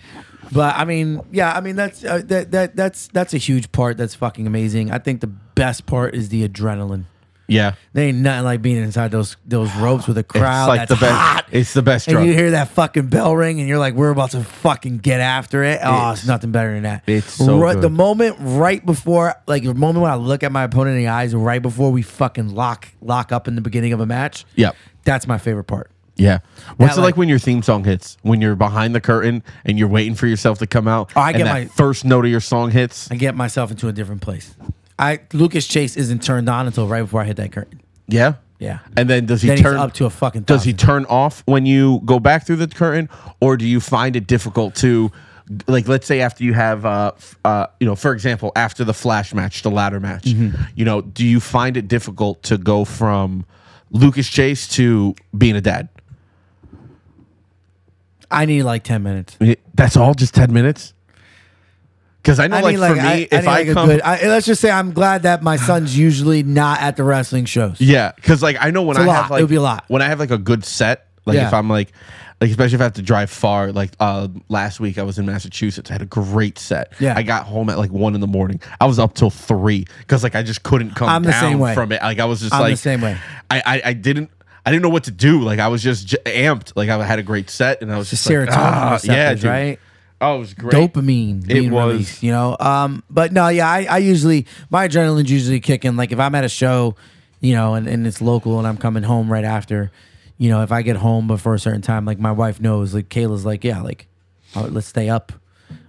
B: But I mean, yeah, I mean that's uh, that that that's that's a huge part. That's fucking amazing. I think the best part is the adrenaline.
A: yeah,
B: There ain't nothing like being inside those those ropes with a
A: it's
B: crowd
A: like
B: that's
A: the best.
B: hot.
A: It's the best
B: And
A: drug.
B: you hear that fucking bell ring, and you're like, "We're about to fucking get after it." Oh, it's,
A: It's-
B: nothing better than that.
A: it's so
B: right,
A: good.
B: the moment right before, like the moment when I look at my opponent in the eyes, right before we fucking lock lock up in the beginning of a match.
A: Yep.
B: that's my favorite part.
A: Yeah. What's it
B: like-
A: like when your theme song hits? When you're behind the curtain and you're waiting for yourself to come out
B: Oh, I
A: and
B: get
A: that
B: my-
A: first note of your song hits?
B: I get myself into a different place. I Lucas Chase isn't turned on until right before I hit that curtain.
A: Yeah.
B: Yeah.
A: And then does he
B: Then he's
A: turn
B: up to a fucking
A: Does he
B: thousand.
A: turn off when you go back through the curtain or do you find it difficult to like let's say after you have uh, f- uh you know for example after the flash match the ladder match
B: Mm-hmm.
A: you know do you find it difficult to go from Lucas Chase to being a dad
B: I need like ten minutes.
A: that's all just 10 minutes because I know
B: I
A: like,
B: mean, like,
A: for
B: I,
A: me
B: I
A: if
B: need,
A: I,
B: like, a
A: come
B: good- I- let's just say I'm glad that my son's usually not at the wrestling shows.
A: Yeah, because like I know when
B: It's
A: I
B: a
A: have
B: lot.
A: like
B: It would be a lot.
A: when I have like a good set. Like
B: Yeah.
A: if I'm like, like especially if I have to drive far. Like uh, last week I was in Massachusetts. I had a great set.
B: Yeah.
A: I got home at like one in the morning. I was up till three because like I just couldn't come
B: I'm the
A: down
B: same way.
A: from it. Like I was just
B: I'm the
A: like
B: same way.
A: I, I I didn't. I didn't know what to do. Like I was just j- amped. Like I had a great set, and I was
B: It's
A: just
B: the
A: like,
B: serotonin
A: ah, yeah,
B: receptors,
A: dude.
B: right?
A: Oh, it was great.
B: Dopamine. being
A: was.
B: released, you know. Um, but no, yeah, I, I usually my adrenaline's usually kicking. Like if I'm at a show, you know, and, and it's local, and I'm coming home right after, you know, if I get home before a certain time, like my wife knows, like Kayla's like, yeah, like, all right, let's stay up.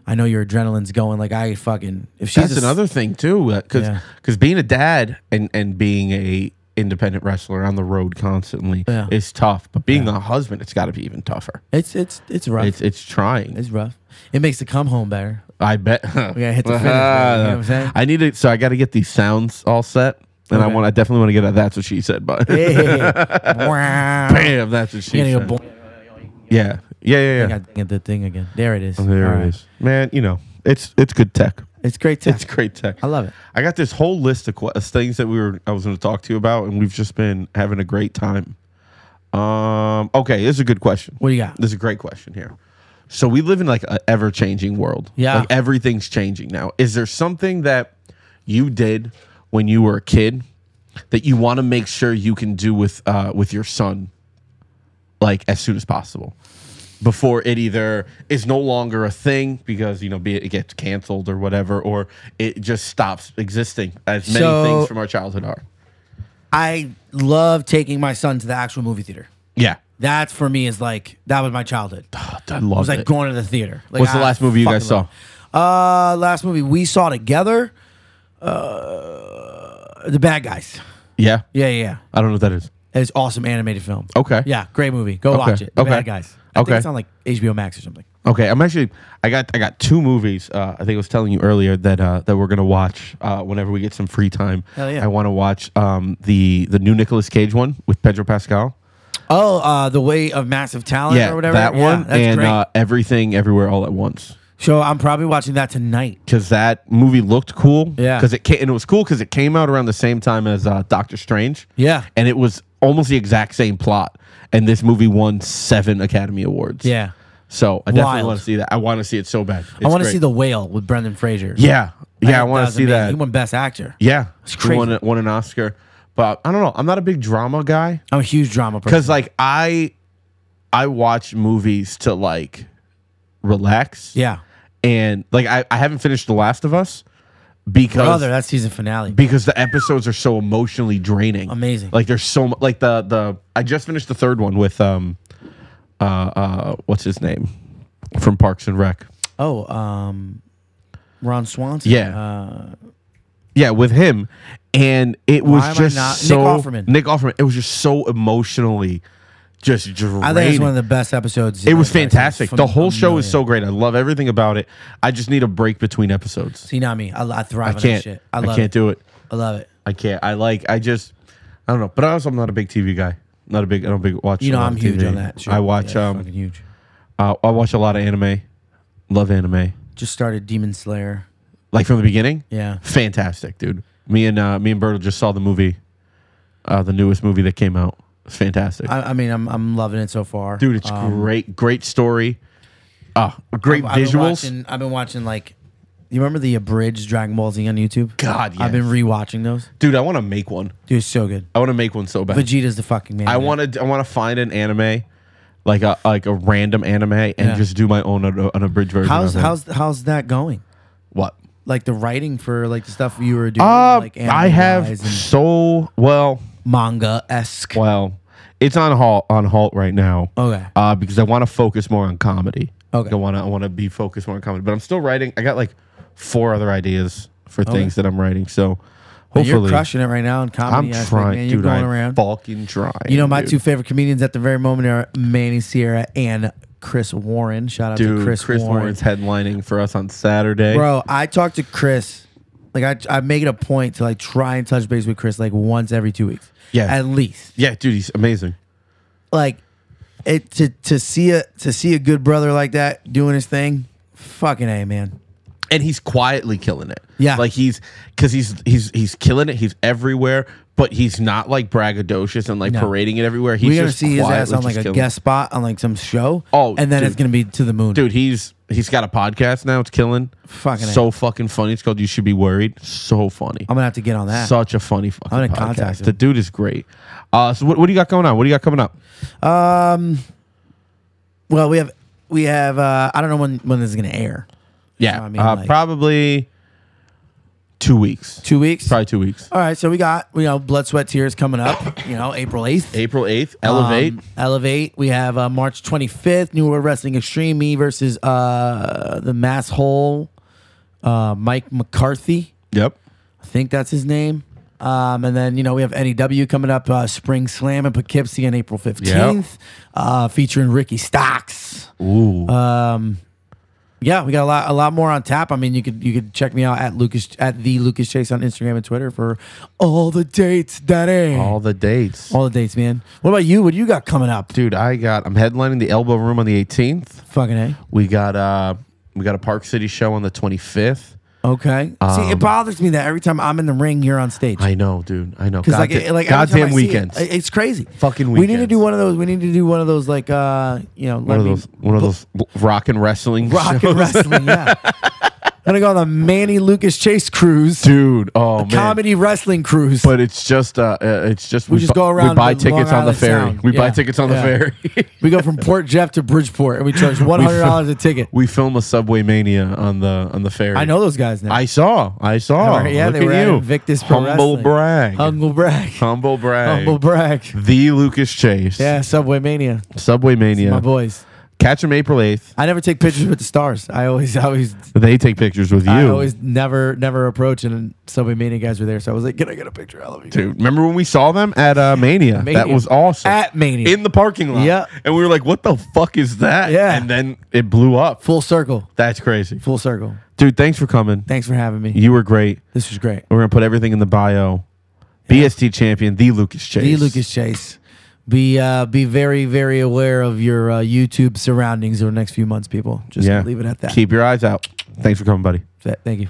B: I know your adrenaline's going. Like I fucking if she's
A: That's
B: a-
A: another thing too, because
B: Yeah.
A: being a dad and and being a independent wrestler on the road constantly
B: Yeah.
A: is tough. But being a husband, it's got to be even tougher.
B: It's it's it's rough.
A: It's it's trying.
B: It's rough. It makes the come home better.
A: I bet.
B: We gotta hit the finish, baby, you know what I'm saying?
A: I need it, so I got to get these sounds all set, and I
B: Okay.
A: want. I definitely want to get a That's what she said, but
B: wow.
A: bam, that's what she
B: You
A: said.
B: gotta go boing.
A: yeah, yeah, yeah,
B: I
A: yeah.
B: think at the thing again. There it is.
A: There
B: All right.
A: it is, man. You know, it's it's good tech.
B: It's great tech.
A: It's great tech.
B: I love it.
A: I got this whole list of que- things that we were I was going to talk to you about, and we've just been having a great time. Um. Okay, this is a good question.
B: What do you got?
A: This is a great question here. So we live in like an ever changing world.
B: Yeah.
A: like everything's changing now. Is there something that you did when you were a kid that you want to make sure you can do with uh, with your son, like as soon as possible? before it either is no longer a thing because you know be it, it gets canceled or whatever or it just stops existing as many
B: So-
A: things from our childhood are
B: I love taking my son to the actual movie theater.
A: yeah
B: That for me is like that was my childhood. I
A: i love
B: was like
A: it
B: going to the theater. Like,
A: What's the
B: I
A: last movie you guys
B: fucking love it. Uh, last movie we saw together. Uh, the Bad Guys.
A: yeah
B: Yeah, yeah, yeah.
A: i don't know what that is
B: It's awesome animated film.
A: Okay.
B: Yeah, great movie. Go watch it. The
A: okay.
B: Bad Guys. I
A: Okay.
B: think it's on like HBO Max or something.
A: okay i'm actually i got i got two movies uh, i think i was telling you earlier that uh, that we're gonna watch uh, whenever we get some free time
B: Hell yeah.
A: i want to watch um, the the new Nicolas cage one with pedro pascal
B: Oh, uh, the way of massive talent
A: yeah
B: or whatever.
A: that
B: Yeah,
A: one
B: that's
A: and
B: great.
A: uh, everything everywhere all at once
B: so I'm probably watching that tonight.
A: because that movie looked cool.
B: Yeah.
A: Because it ca- and it was cool because it came out around the same time as uh, Doctor Strange.
B: Yeah.
A: And it was almost the exact same plot. And this movie won seven Academy Awards.
B: Yeah,
A: So I definitely
B: Wild.
A: want to see that. I want to see it so bad.
B: I want to see the whale with Brendan Fraser.
A: Yeah. Yeah, I
B: think
A: wanna
B: was
A: see
B: amazing.
A: that.
B: He won Best Actor.
A: Yeah,
B: It's
A: He Won,
B: crazy.
A: won an Oscar, but I don't know. I'm not a big drama guy
B: I'm a huge drama person.
A: because like I, I watch movies to like relax.
B: Yeah,
A: and like I, I haven't finished The Last of Us because
B: brother, that's season finale.
A: because the episodes are so emotionally draining.
B: Amazing.
A: Like there's so mu- like the the I just finished the third one with um uh uh what's his name from Parks and Rec.
B: oh, um, Ron Swanson.
A: Yeah.
B: uh,
A: Yeah, with him, and it was
B: Why am I
A: just
B: not- Nick
A: so
B: Offerman.
A: Nick Offerman. It was just so emotionally just draining.
B: I think it's one of the best episodes.
A: it was fantastic. The whole show is so great. I love everything about it. I just need a break between episodes.
B: See, not me. I, I thrive
A: I
B: on that
A: can't.
B: shit. I
A: I
B: love
A: can't
B: it.
A: do it.
B: I love it.
A: I can't. I like. I just. I don't know. But I also, I'm not a big TV guy. Not a big. I don't big watch.
B: You know,
A: a lot
B: I'm
A: of
B: huge
A: TV.
B: on that. shit.
A: I watch.
B: Yeah,
A: um.
B: fucking huge.
A: Uh, I watch a lot of anime. Love anime.
B: Just started Demon Slayer.
A: Like from the beginning.
B: Yeah.
A: Fantastic, dude. Me and uh, me and Bertle just saw the movie. Uh, the newest movie that came out. It's fantastic,
B: I, I mean, I'm I'm loving it so far,
A: dude. It's great. Great story. Uh, great
B: I've Been
A: visuals.
B: watching, I've been watching like, you remember the abridged Dragon Ball Z on YouTube?
A: God,
B: I've been rewatching those.
A: dude, I want to make one.
B: Dude, it's so good.
A: I want to make one so bad.
B: Vegeta's the fucking man.
A: I want to. I want to find an anime, like a like a random anime, and
B: Yeah.
A: just do my own un- unabridged version.
B: How's
A: of it.
B: how's how's that going?
A: what?
B: Like the writing for like the stuff you were doing,
A: Uh,
B: like
A: I have
B: anime-wise and
A: so well,
B: manga esque.
A: well, it's on halt on halt right now.
B: Okay.
A: Uh, because I want to focus more on comedy.
B: Okay.
A: I want to I want to be focused more on comedy, but I'm still writing. I got like four other ideas for things that I'm writing. So hopefully,
B: You're crushing it right now in comedy.
A: I'm
B: aspect,
A: trying,
B: man. You're
A: dude.
B: going
A: I'm
B: around.
A: fucking trying.
B: You know, my
A: dude.
B: two favorite comedians at the very moment are Manny Sierra and Chris Warren. Shout out
A: dude.
B: to
A: Chris,
B: Chris, Warren.
A: Warren's headlining for us on Saturday.
B: Bro, I talk to Chris. Like I, I make it a point to like try and touch base with Chris like once every two weeks.
A: Yeah.
B: At least.
A: Yeah, dude, he's amazing.
B: Like it to to see a to see a good brother like that doing his thing, fucking A man.
A: and he's quietly killing it.
B: Yeah.
A: like he's because he's he's he's killing it. He's everywhere, but he's not like braggadocious and like
B: No.
A: parading it everywhere. He's
B: We're gonna
A: just
B: see his
A: quietly
B: ass on like
A: just
B: a
A: killing
B: guest spot on like some show.
A: Oh,
B: and then
A: dude.
B: it's gonna be to the moon.
A: it. dude. He's he's got a podcast now. It's killing.
B: Fucking A.
A: so fucking funny. It's called You Should Be Worried. So funny.
B: I'm gonna have to get on that.
A: Such a funny fucking
B: I'm gonna
A: podcast.
B: contact him.
A: The dude is great. Uh, so what, what do you got going on? What do you got coming up?
B: well, we have we have uh I don't know when when this is gonna air.
A: Yeah,
B: what I mean,
A: uh,
B: like-
A: probably two weeks.
B: Two weeks?
A: Probably two weeks.
B: All right, so we got you know blood, sweat, tears coming up. You know April eighth.
A: April eighth. Elevate.
B: Um, elevate. We have uh, March 25th, New World Wrestling Extreme, me versus uh, the Mass Hole, uh, Mike McCarthy.
A: yep.
B: I think that's his name. Um, and then, you know, we have NEW coming up, uh, Spring Slam in Poughkeepsie on April 15th, uh, featuring Ricky Stocks.
A: Ooh.
B: Yeah, we got a lot, a lot more on tap. I mean, you could you could check me out at Lucas at the Lucas Chase on Instagram and Twitter for all the dates, daddy. All,
A: all the dates.
B: all the dates, man. What about you? What do you got coming up?
A: dude i got i'm headlining the elbow room on the 18th
B: Fucking a.
A: we got uh we got a park city show on the 25th
B: Okay. See, it bothers me that every time I'm in the ring, you're on stage.
A: i know dude i know
B: Because
A: God
B: like,
A: da-
B: it- like every time I
A: goddamn
B: see
A: weekends
B: it, it- it's crazy.
A: Fucking
B: We need to
A: weekends.
B: do one of those. We need to do one of those like uh you know
A: one of those one of those rock and wrestling
B: rock
A: shows.
B: and wrestling. Yeah. I'm gonna go on the Manny Lucas Chase cruise,
A: dude oh man
B: comedy wrestling cruise.
A: but it's just uh uh, it's just we,
B: just
A: bu-
B: go around
A: we buy
B: the Long
A: tickets on the
B: Island
A: ferry
B: Sound.
A: we buy
B: Yeah.
A: tickets on
B: Yeah.
A: the ferry
B: we go from Port Jeff to Bridgeport, and we charge one hundred dollars a ticket.
A: we film a subway mania on the on the ferry
B: I know those guys now.
A: i saw i saw
B: yeah,
A: Look
B: they were
A: at
B: at
A: you
B: Invictus Pro
A: humble
B: Wrestling.
A: brag
B: Humble brag.
A: humble brag
B: Humble brag.
A: the lucas chase
B: Yeah, Subway Mania.
A: subway mania
B: My boys.
A: Catch them April 8th.
B: I never take pictures with the stars. I always, I always
A: They take pictures with you.
B: I always never, never approach, and Subway Mania guys were there, so I was like, "Can I get a picture? I love you."
A: Dude, remember when we saw them at uh, Mania?
B: Mania.
A: That was awesome.
B: At Mania.
A: In the parking lot.
B: Yeah.
A: And we were like, what the fuck is that?
B: Yeah.
A: And then it blew up.
B: Full circle,
A: That's crazy.
B: full circle.
A: Dude, thanks for coming.
B: Thanks for having me.
A: You were great.
B: This was great.
A: We're going to put everything in the bio. BST champion, the Lucas Chase.
B: The Lucas Chase. Be uh, be very, very aware of your uh, YouTube surroundings over the next few months, people. Just
A: Yeah.
B: leave it at that.
A: Keep your eyes out. Thanks for coming, buddy.
B: Thank you.